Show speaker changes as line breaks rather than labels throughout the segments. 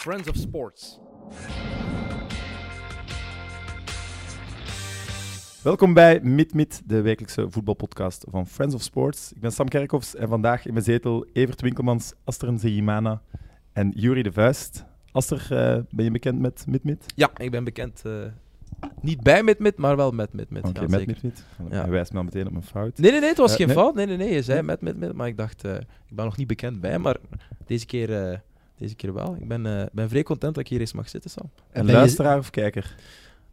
Friends of Sports.
Welkom bij Mid Mid, de wekelijkse voetbalpodcast van Friends of Sports. Ik ben Sam Kerkhoffs en vandaag in mijn zetel Evert Winkelmans, Aster Zeyimana en Jury de Vuist. Aster, eh, ben je bekend met Mid Mid?
Ja, ik ben bekend. eh, niet bij met met, maar wel met met met.
Oké,
ja,
met
zeker.
Mid Mid.
Ja.
Hij wijst me al meteen op mijn fout.
Nee, nee, nee, het was
Eh,
geen
nee.
fout. Nee, nee, nee, je zei
Nee.
met met met, maar ik dacht, eh, ik ben nog niet bekend bij, maar deze keer, eh, deze keer wel. Ik ben, eh, ben vrij content dat ik hier eens mag zitten, Sam.
En
ben je-
luisteraar of kijker?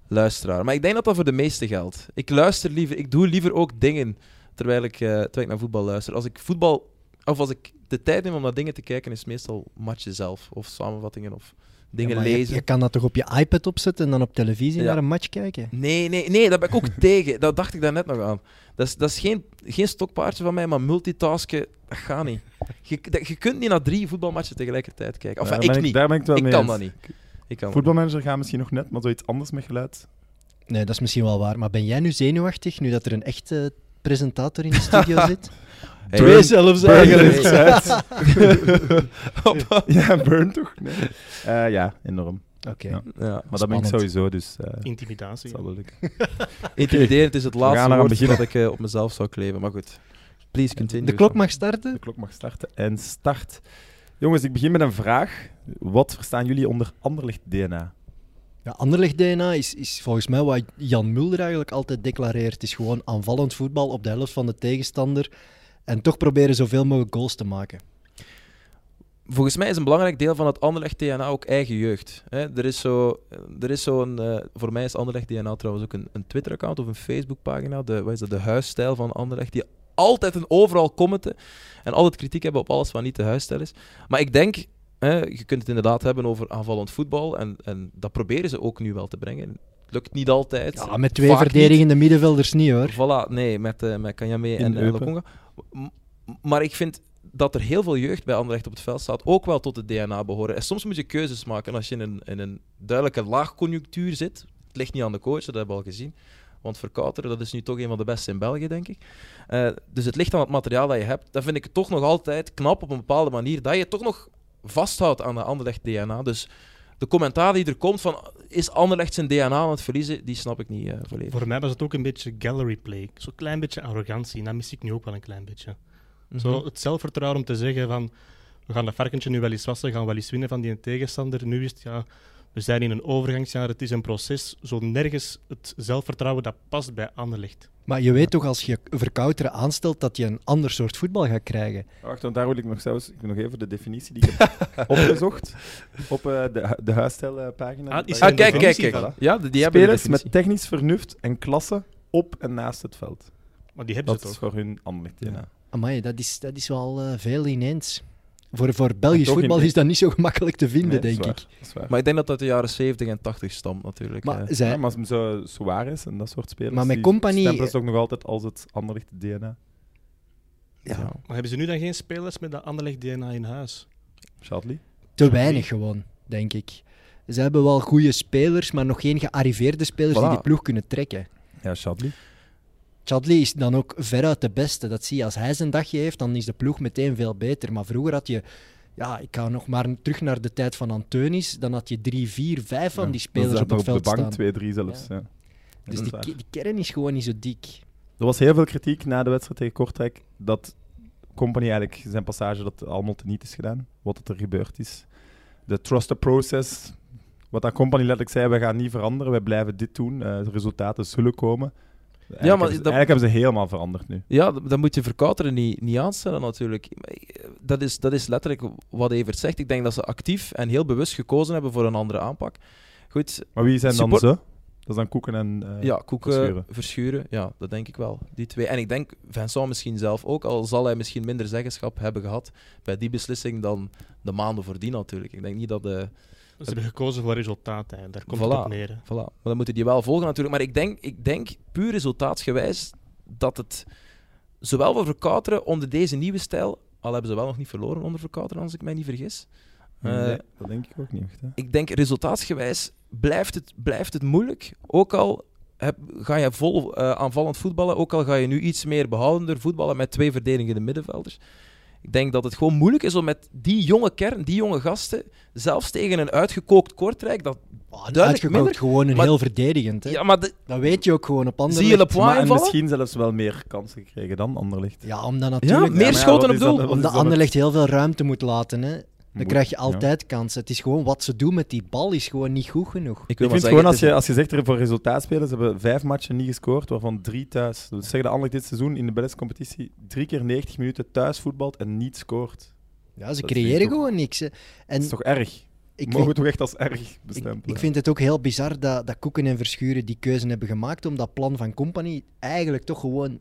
Luisteraar. Maar ik denk dat dat voor de meeste geldt. Ik luister liever, ik doe liever ook dingen terwijl ik, eh, terwijl ik naar voetbal luister. Als ik voetbal, of als ik de tijd neem om naar dingen te kijken, is meestal matchen zelf, of samenvattingen, of dingen
Ja, maar je-
lezen.
Je, kan dat toch op je iPad opzetten en dan op televisie
Ja.
naar een match kijken?
Nee, nee, nee, daar ben ik ook tegen. Dat dacht ik daarnet nog aan. Dat is, dat is geen, geen stokpaardje van mij, maar multitasken, dat gaat niet. Je, dat- je kunt niet naar drie voetbalmatchen tegelijkertijd kijken. Of
Daar
ik
ben
niet.
Daar ben ik het wel
Ik
mee
kan
eens.
dat niet. Ik kan dat niet.
Voetbalmanager gaat misschien nog net, maar zoiets anders met geluid.
Nee, dat is misschien wel waar. Maar ben jij nu zenuwachtig nu dat er een echte presentator in de studio zit?
Hey,
Twee
Burn-
zelfs
Burn
Burn
eigenlijk.
heeft uit. ja, burn toch? Nee. Eh, ja, enorm.
Oké.
Ja.
Ja.
Maar dat ben ik
Spannend.
sowieso, dus eh het
Intimidatie.
zal wel lukken.
Intimiderend is het
gaan
laatste
eraan
woord
beginnen.
dat ik eh, op mezelf zou kleven. Maar goed, please continue.
De klok
Sam.
mag starten.
De klok mag starten en start. Jongens, ik begin met een vraag. Wat verstaan jullie onder anderlicht DNA?
Ja, Anderlecht DNA is, is volgens mij wat Jan Mulder eigenlijk altijd declareert. Het is gewoon aanvallend voetbal op de helft van de tegenstander. En toch proberen zoveel mogelijk goals te maken.
Volgens mij is een belangrijk deel van het Anderlecht DNA ook eigen jeugd. Hè? Er is zo- er is zo'n. eh voor mij is Anderlecht DNA trouwens ook een, een Twitter-account of een Facebook-pagina. De, wat is dat, de huisstijl van Anderlecht. Die altijd en overal commenten. En altijd kritiek hebben op alles wat niet de huisstijl is. Maar ik denk. Hè, je kunt het inderdaad hebben over aanvallend voetbal. En, en dat proberen ze ook nu wel te brengen. Lukt niet altijd.
Ja, met twee
Vaak niet.
verdedigende middenvelders niet hoor.
Voilà, nee, met, eh met Kanyame
In
en uh,
Eupen.
Lokonga. M- Maar ik vind dat er heel veel jeugd bij Anderlecht op het veld staat, ook wel tot het DNA behoren. En soms moet je keuzes maken. En als je in een, in een duidelijke laagconjunctuur zit, het ligt niet aan de coach, dat hebben we al gezien. Want Verkouteren, dat is nu toch een van de beste in België, denk ik. Eh, dus het ligt aan het materiaal dat je hebt. Dan vind ik het toch nog altijd knap op een bepaalde manier dat je toch nog vasthoudt aan de Anderlecht DNA. Dus de commentaar die er komt van is Anderlecht zijn DNA aan het verliezen, die snap ik niet eh, volledig.
Voor mij was het ook een beetje gallery play. Zo'n klein beetje arrogantie. En dat mis ik nu ook wel een klein beetje.
Mhm.
Zo het zelfvertrouwen om te zeggen van... We gaan dat varkentje nu wel eens wassen, gaan wel eens winnen van die tegenstander. Nu is het, ja... We zijn in een overgangsjaar, het is een proces. Zo nergens het zelfvertrouwen dat past bij Anderlecht.
Maar je weet toch als je verkouteren aanstelt dat je een ander soort voetbal gaat krijgen.
Wacht, want daar wil ik nog zelfs... Ik wil nog even de definitie die ik heb opgezocht op eh, de, hu- de huisstijlpagina.
Ah, is er
Ah,
een
kijk, kijk,
definitie
kijk.
van?
Ja, die, die hebben
Spelers
de
met
definitie.
technisch vernuft en klasse op en naast het veld.
Maar die hebben
Dat
ze
is
toch.
voor hun anderlicht DNA.
Amai, dat is, dat is wel eh, veel ineens. Voor, voor Belgisch
toch in-
voetbal is dat niet zo gemakkelijk te vinden,
Nee,
denk
dat is
ik.
waar, dat is waar.
Maar ik denk dat dat uit de jaren 70 en 80 stamt natuurlijk.
Maar,
eh.
zij,
Ja, maar als zo Suarez en dat soort spelers,
Maar met
die
Company-
stempelen ze ook nog altijd als het anderlicht DNA.
ja.
Maar hebben ze nu dan geen spelers met dat Anderlecht DNA in huis?
Shadley?
te weinig gewoon, denk ik. Ze hebben wel goede spelers, maar nog geen gearriveerde spelers die
Voilà.
die ploeg kunnen trekken.
Ja, Shadley.
Chadli is dan ook veruit de beste. Dat zie je. Als hij zijn dagje heeft, dan is de ploeg meteen veel beter. Maar vroeger had je... Ja, ik ga nog maar terug naar de tijd van Antonis. Dan had je drie, vier, vijf van die spelers op het
Dus op de
veld
bank,
staan.
twee, drie zelfs. Ja. dat
Dus die,
is waar.
ke- die kern is gewoon niet zo dik.
Er was heel veel kritiek na de wedstrijd tegen Kortrijk dat Company eigenlijk zijn passage dat allemaal teniet is gedaan, wat dat er gebeurd is. De trust the process, wat dat Company letterlijk zei, we gaan niet veranderen, wij blijven dit doen, eh, de resultaten zullen komen. Eigenlijk,
maar
hebben ze,
dat-
eigenlijk hebben ze helemaal veranderd nu.
Ja, d- dan moet je verkouteren niet, niet aanstellen natuurlijk. Maar ik- Dat is, dat is letterlijk wat Evert zegt. Ik denk dat ze actief en heel bewust gekozen hebben voor een andere aanpak. Goed,
Maar wie zijn dan
Support-
ze? Dat is dan Koeken en... eh,
ja, koeken,
Verschuren.
verschuren. ja, dat denk ik wel. Die twee. En ik denk Vincent misschien zelf ook, al zal hij misschien minder zeggenschap hebben gehad bij die beslissing dan de maanden voordien natuurlijk. Ik denk niet dat de...
Ze hebben gekozen voor resultaat, hè. daar komt
Voilà.
het op neer. hè.
Voilà. Maar dan moeten die wel volgen natuurlijk. Maar ik denk, ik denk puur resultaatsgewijs dat het zowel voor Verkouteren onder deze nieuwe stijl, al hebben ze wel nog niet verloren onder Verkouteren als ik mij niet vergis. Eh,
nee, dat denk ik ook niet echt. Hè.
Ik denk resultaatsgewijs blijft het, blijft het moeilijk. Ook al heb, ga je vol eh, aanvallend voetballen, ook al ga je nu iets meer behoudender voetballen met twee verdedigende middenvelders. Ik denk dat het gewoon moeilijk is om met die jonge kern, die jonge gasten, zelfs tegen een uitgekookt Kortrijk, dat... duidelijk
Uitgekookt
minder,
gewoon een
maar-
heel verdedigend. Hè?
Ja, maar de-
Dat weet je ook gewoon op andere
zie je Lepoint
Maar en
invallen?
misschien zelfs wel meer kansen gekregen dan Anderlicht.
Ja,
Ja,
omdat natuurlijk...
meer
maar ja,
schoten
wat
op
is dat-
doel.
wat is
Omdat
dan het-
Anderlecht heel veel ruimte moet laten. Hè? Dan
Moet,
krijg je
ja.
altijd kansen. Het is gewoon wat ze doen met die bal is gewoon niet goed genoeg.
Ik,
Ik
maar
vind
zeggen,
gewoon, als
het is-
je, als je zegt er voor resultaat spelen, ze hebben vijf matchen niet gescoord, waarvan drie thuis. Dus zeggen dat Anderlecht dit seizoen in de Belgische competitie drie keer 90 minuten thuis voetbalt en niet scoort.
Ja, ze
Dat vind ik
creëren
ook-
gewoon niks. Hè.
Dat
En
is toch erg?
ik,
Mogen we
vind-
toch echt als erg
ik,
bestempelen?
ik vind het ook heel bizar dat, dat Koeken en Verschuren die keuze hebben gemaakt om dat plan van Company eigenlijk toch gewoon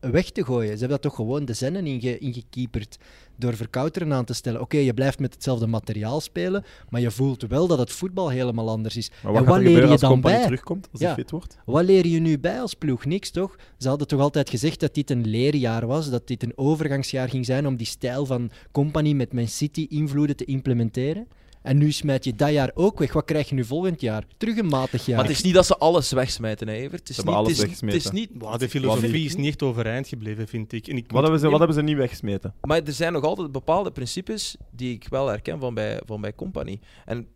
weg te gooien. Ze hebben dat toch gewoon de zennen inge, ingekieperd door Verkouteren aan te stellen. Oké, je blijft met hetzelfde materiaal spelen, maar je voelt wel dat het voetbal helemaal anders is.
maar
en
wat
wat
gaat er
leer
gebeuren
je
als
dan
Company
bij?
terugkomt, als
Ja.
hij fit wordt?
Wat leer je nu bij als ploeg? Niks toch? Ze hadden toch altijd gezegd dat dit een leerjaar was, dat dit een overgangsjaar ging zijn om die stijl van Company met Man City invloeden te implementeren. En nu smijt je dat jaar ook weg. Wat krijg je nu volgend jaar? Terug een matig jaar.
Maar het is niet dat ze alles wegsmijten, hè, Evert. Het is
Ze
niet,
hebben
het
alles
is, het is niet,
Wow, de filosofie is niet echt overeind gebleven, vind ik. En ik
Wat hebben, ze,
Nee,
wat hebben ze niet weggesmeten?
Maar er zijn nog altijd bepaalde principes die ik wel herken van bij, van bij Company. En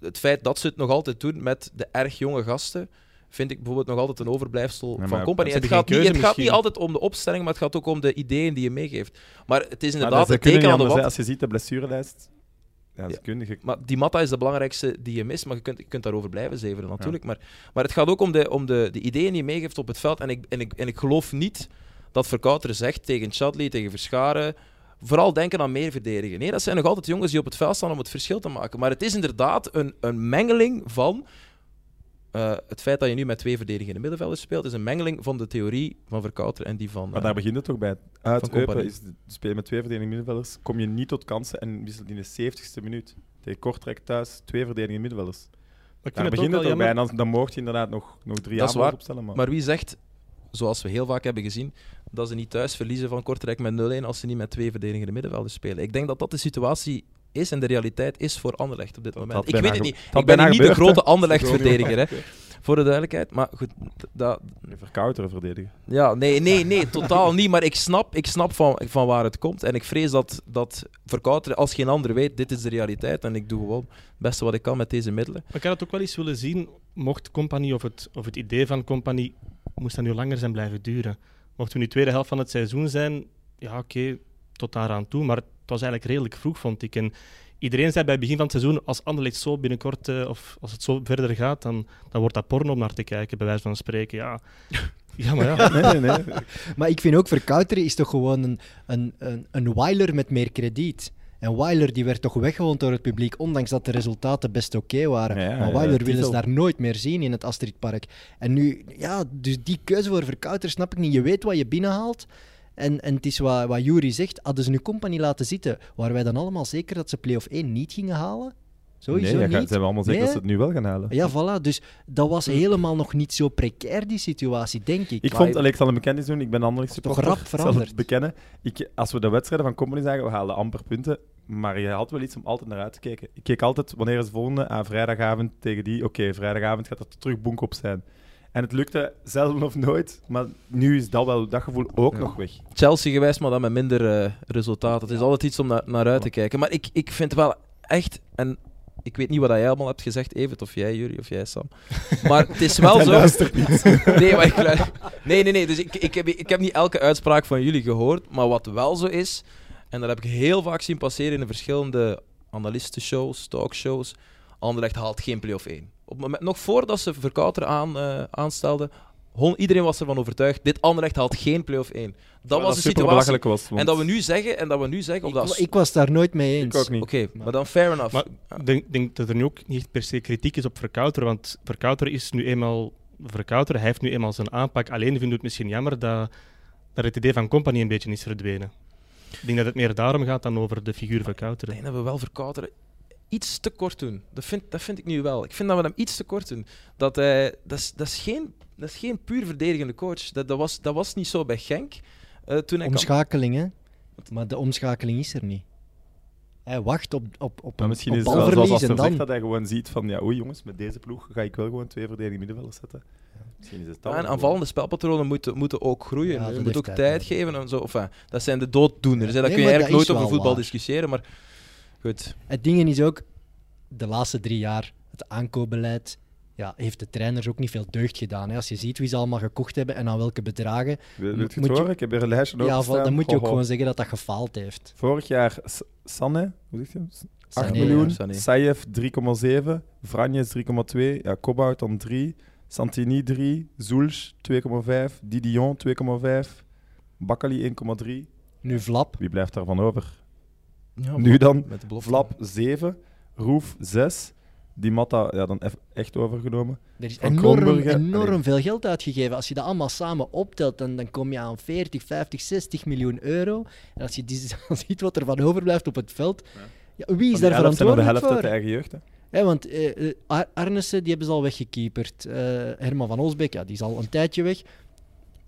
het feit dat ze het nog altijd doen met de erg jonge gasten, vind ik bijvoorbeeld nog altijd een overblijfsel
maar
van Company.
ze
Het
hebben
gaat,
geen
niet, het
keuze
gaat niet
misschien.
altijd om de opstelling, maar het gaat ook om de ideeën die je meegeeft. Maar het is
Maar
inderdaad
ze
het
kunnen
teken
niet
aan de
anders, hè.
wand.
Als je ziet de blessurelijst, ja, ze
Ja.
kunnen... ge-
Maar die matta is de belangrijkste die je mist. Maar je kunt, je kunt daarover blijven zeveren, natuurlijk. Maar, maar het gaat ook om de, om de, de ideeën die je meegeeft op het veld. En ik, en ik, en ik geloof niet dat Verkouteren zegt tegen Chadli, tegen Verscharen... Vooral denken aan meer verdedigen. Nee, dat zijn nog altijd jongens die op het veld staan om het verschil te maken. Maar het is inderdaad een, een mengeling van... eh, het feit dat je nu met twee verdedigende middenvelders speelt, is een mengeling van de theorie van Verkouteren en die van...
Maar
eh,
daar begint het toch bij. Uit
Company.
Eupen is de- spelen met twee verdedigende middenvelders, kom je niet tot kansen en wisselt in de 70ste minuut. Tegen Kortrijk thuis, twee verdedigende middenvelders.
Ik
Daar
vind het ook
begint
wel
het toch bij. En
jammer.
dan, dan mocht je inderdaad nog, nog drie
Dat
aanvallers
is waar.
opstellen. Maar,
Maar wie zegt, zoals we heel vaak hebben gezien, dat ze niet thuis verliezen van Kortrijk met 0-1 als ze niet met twee verdedigende middenvelders spelen? Ik denk dat dat de situatie is en de realiteit is voor Anderlecht op dit moment.
had
Ik
bijna
weet het
ge-
niet.
het had
Ik ben
bijna
hier niet de
gebeurd, hè.
grote Anderlecht-verdediger, hè, voor de duidelijkheid. Maar goed, d- dat,
Verkouteren verdedigen.
ja, nee, nee, nee, totaal niet. Maar ik snap, ik snap van, van waar het komt. En ik vrees dat, dat Verkouteren als geen ander weet, dit is de realiteit. En ik doe gewoon het beste wat ik kan met deze middelen.
Maar ik had het ook wel eens willen zien, mocht Company of het, of het idee van Company, moest dat nu langer zijn blijven duren. Mochten we nu tweede helft van het seizoen zijn, ja oké, tot daaraan toe, maar het was eigenlijk redelijk vroeg, vond ik. En iedereen zei bij het begin van het seizoen, als Anderlecht zo binnenkort, eh, of als het zo verder gaat, dan, dan wordt dat porno om naar te kijken, bij wijze van spreken. Ja, ja maar ja.
Nee, nee, nee.
Maar ik vind ook Verkouteren is toch gewoon een, een, een, een Weiler met meer krediet. En Weiler die werd toch weggewoond door het publiek, ondanks dat de resultaten best oké waren.
Ja, ja,
maar
ja,
Weiler
titel.
willen ze daar nooit meer zien in het Astridpark. En nu, ja, dus die keuze voor Verkouter snap ik niet. Je weet wat je binnenhaalt. En, en het is wat, wat Jury zegt, hadden ze nu Company laten zitten, waren wij dan allemaal zeker dat ze play-off 1 niet gingen halen? Sowieso
nee, ja, ga-
niet.
zijn we allemaal zeker
Nee,
dat ze het nu wel gaan halen.
Ja, voilà. Dus dat was helemaal nog niet zo precair, die situatie, denk ik.
Ik vond, allee, ik zal een bekentenis doen, ik ben Anderlecht
Toch
supporter.
rap
Ik zal
veranderd.
het bekennen. Ik, als we de wedstrijden van Company zagen, we haalden amper punten. Maar je had wel iets om altijd naar uit te kijken. Ik keek altijd, wanneer is de volgende? Aan vrijdagavond tegen die. Oké, vrijdagavond gaat dat er terug bonk op zijn. En het lukte zelden of nooit. Maar nu is dat, wel, dat gevoel ook
Ja.
nog weg.
Chelsea geweest, maar dan met minder eh, resultaten. Het is altijd iets om naar, naar uit te kijken. Maar ik, ik vind wel echt, en ik weet niet wat jij allemaal hebt gezegd, Evert, of jij, Jury, of jij, Sam. Maar het is wel
Hij
zo.
luistert niet.
Nee, maar ik luister- nee, nee, nee. Dus ik, ik, heb, ik heb niet elke uitspraak van jullie gehoord. Maar wat wel zo is, en dat heb ik heel vaak zien passeren in de verschillende analistenshows, talkshows. Anderlecht haalt geen play-off 1. Op het moment, nog voordat ze Verkouter aan, eh, aanstelden, hon- iedereen was ervan overtuigd, dit Anderlecht haalt geen play-off 1. Dat was de situatie.
belachelijk was. want-
En dat we nu zeggen, en dat we nu zeggen, op
ik,
dat...
wa- ik was daar nooit mee eens.
Ik ook niet.
Oké, maar dan fair enough.
Maar ik denk, denk dat er nu ook niet per se kritiek is op Verkouter, want Verkouter is nu eenmaal Verkouter. Hij heeft nu eenmaal zijn aanpak. Alleen vind ik het misschien jammer dat, dat het idee van Company een beetje is verdwenen. Ik denk dat het meer daarom gaat dan over de figuur Verkouter.
Ik denk dat we wel verkouteren iets te kort doen. Dat vind, dat vind ik nu wel. Ik vind dat we hem iets te kort doen. Dat, hij, dat, is, dat, is, geen, dat is geen puur verdedigende coach. Dat, dat, was, dat was niet zo bij Genk. eh, toen hij kwam.
Omschakeling, hè? Maar de omschakeling is er niet. Hij wacht op, op, op
Maar
een
misschien
op
is het wel zoals
balverlies en
Aster
dan...
zegt, dat hij gewoon ziet van, ja, oei jongens, met deze ploeg ga ik wel gewoon twee verdedigende middenvelders zetten. Misschien is het
Ja,
dat
en
wel
aanvallende spelpatronen moeten, moeten ook groeien.
Ja, dat
je
heeft
moet ook
tijd
tijd,
nodig.
geven en zo. Enfin, dat zijn de dooddoeners. Hè. Dat
Nee,
kun je
maar
eigenlijk
dat
nooit
is
over
wel
voetbal
waar.
discussiëren, maar goed.
Het ding is ook, de laatste drie jaar, het aankoopbeleid, ja, heeft de trainers ook niet veel deugd gedaan. Hè? Als je ziet wie ze allemaal gekocht hebben en aan welke bedragen,
goed. Wil wil je het
Moet je-
horen? Ik heb weer een lijstje
ja,
openstaan.
dan moet je ook
Goh,
gewoon zeggen dat dat gefaald heeft.
Vorig jaar S- Sanne, hoe zegt je hem? 8
Sané,
miljoen,
ja, Sané.
Saïef 3,7, Vranjes 3,2, ja, Kobout dan 3, Santini 3, Zulj 2,5, Didion 2,5, Bakkali 1,3.
Nu Vlap,
Wie blijft daarvan over?
Ja,
Nu dan
met de belofte.
Vlap 7, Roef 6, Di Matta ja, dan eff- echt overgenomen.
er is
Van
enorm,
Kronbergen,
enorm
allee.
veel geld uitgegeven. Als je dat allemaal samen optelt, dan, dan kom je aan 40, 50, 60 miljoen euro. En als je die, dan ziet wat er van overblijft op het veld, ja, wie is daar
Van die elf zijn er de
verantwoordelijk
helft
voor?
uit de eigen jeugd. Hè.
Hè, want eh, eh, Ar- Arnesen, die hebben ze al weggekeeperd. Eh, Herman van Osbeek, ja, die is al een tijdje weg.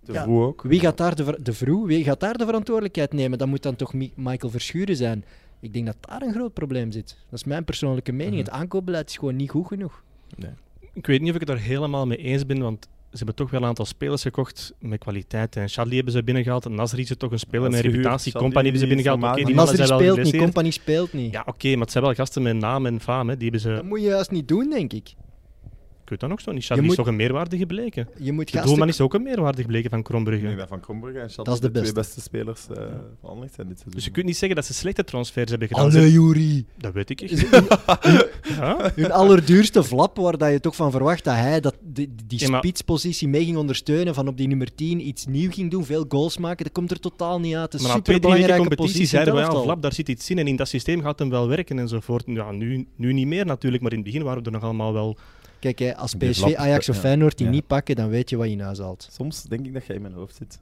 De
Ja.
Vroe ook.
Wie gaat daar de, ver- de vroeg, wie gaat daar de verantwoordelijkheid nemen? Dat moet dan toch Mi- Michael Verschuren zijn. Ik denk dat daar een groot probleem zit. Dat is mijn persoonlijke mening.
Mhm.
Het aankoopbeleid is gewoon niet goed genoeg.
Ik weet niet of ik het daar helemaal mee eens ben, want ze hebben toch wel een aantal spelers gekocht met kwaliteit. En Charlie hebben ze binnengehaald, Nasri is toch een speler
Dat is
met
gehuurd.
reputatie,
Chadli
Company hebben ze
is
binnengehaald. Oké, die
normaal niet.
mannen
Nasri
zijn wel
speelt niet,
geblesseerd.
Company speelt niet.
Ja, oké, maar het zijn wel gasten met naam en faam, hè. die hebben ze...
Dat moet je juist niet doen, denk ik.
Ik weet dat nog zo niet. Charlie
moet-
is toch een meerwaarde gebleken?
Je moet
De
gasten...
doelman is ook een meerwaarde gebleken van Krombrugge.
Nee, dat van Krombrugge en Schalke
Dat is de
de twee
beste.
beste spelers eh van Anderlecht zijn dit seizoen.
Dus je kunt niet zeggen dat ze slechte transfers hebben gedaan.
Allee,
Ze-
Juri.
Dat weet ik echt.
Is hun-
Ja?
Hun allerduurste flap, waar dat je toch van verwacht dat hij dat, die, die
Ja, maar-
spitspositie mee ging ondersteunen, van op die nummer 10 iets nieuw ging doen, veel goals maken, dat komt er totaal niet uit. Het is
Maar
een
na twee, drie weken
superbelangrijke positie
competitie zeiden we,
in het
ja,
elftal.
Vlap, daar zit iets in en in dat systeem gaat hem wel werken enzovoort. Ja, nu, nu niet meer natuurlijk, maar in het begin waren we er nog allemaal wel...
Kijk, hè, als
Die
PSV,
flap-
Ajax of
ja.
Feyenoord die
Ja.
niet pakken, dan weet je wat je in huis haalt.
Soms denk ik dat jij in mijn hoofd zit.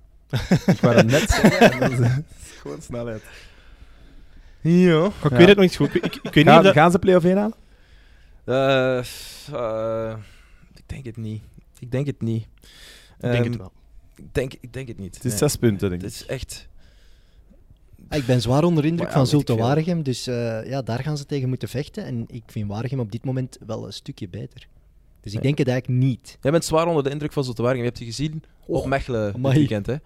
ik wou dat net zeggen. en dan is het Gewoon snelheid.
Ja.
Ik
Ja.
weet het nog niet goed. Ik, ik- ik weet niet
Gaan,
of dat...
gaan ze play-off 1 halen?
Eh, f- eh, ik denk het niet. Ik denk het niet.
Ik denk het
Ehm,
wel.
Ik denk, ik denk het niet.
Het is
Nee.
zes punten, denk
Het
ik.
is echt...
Ah, Ik ben zwaar onder de indruk
Maar ja,
van
weet ik
Zulte
veel.
Waregem, dus eh, ja, daar gaan ze tegen moeten vechten. En ik vind Waregem op dit moment wel een stukje beter. Dus ik
Ja.
denk het eigenlijk niet.
Jij bent zwaar onder de indruk van Zottewaarden. Je hebt ze gezien op Mechelen dit
Oh, amai.
weekend, hè?
Ja,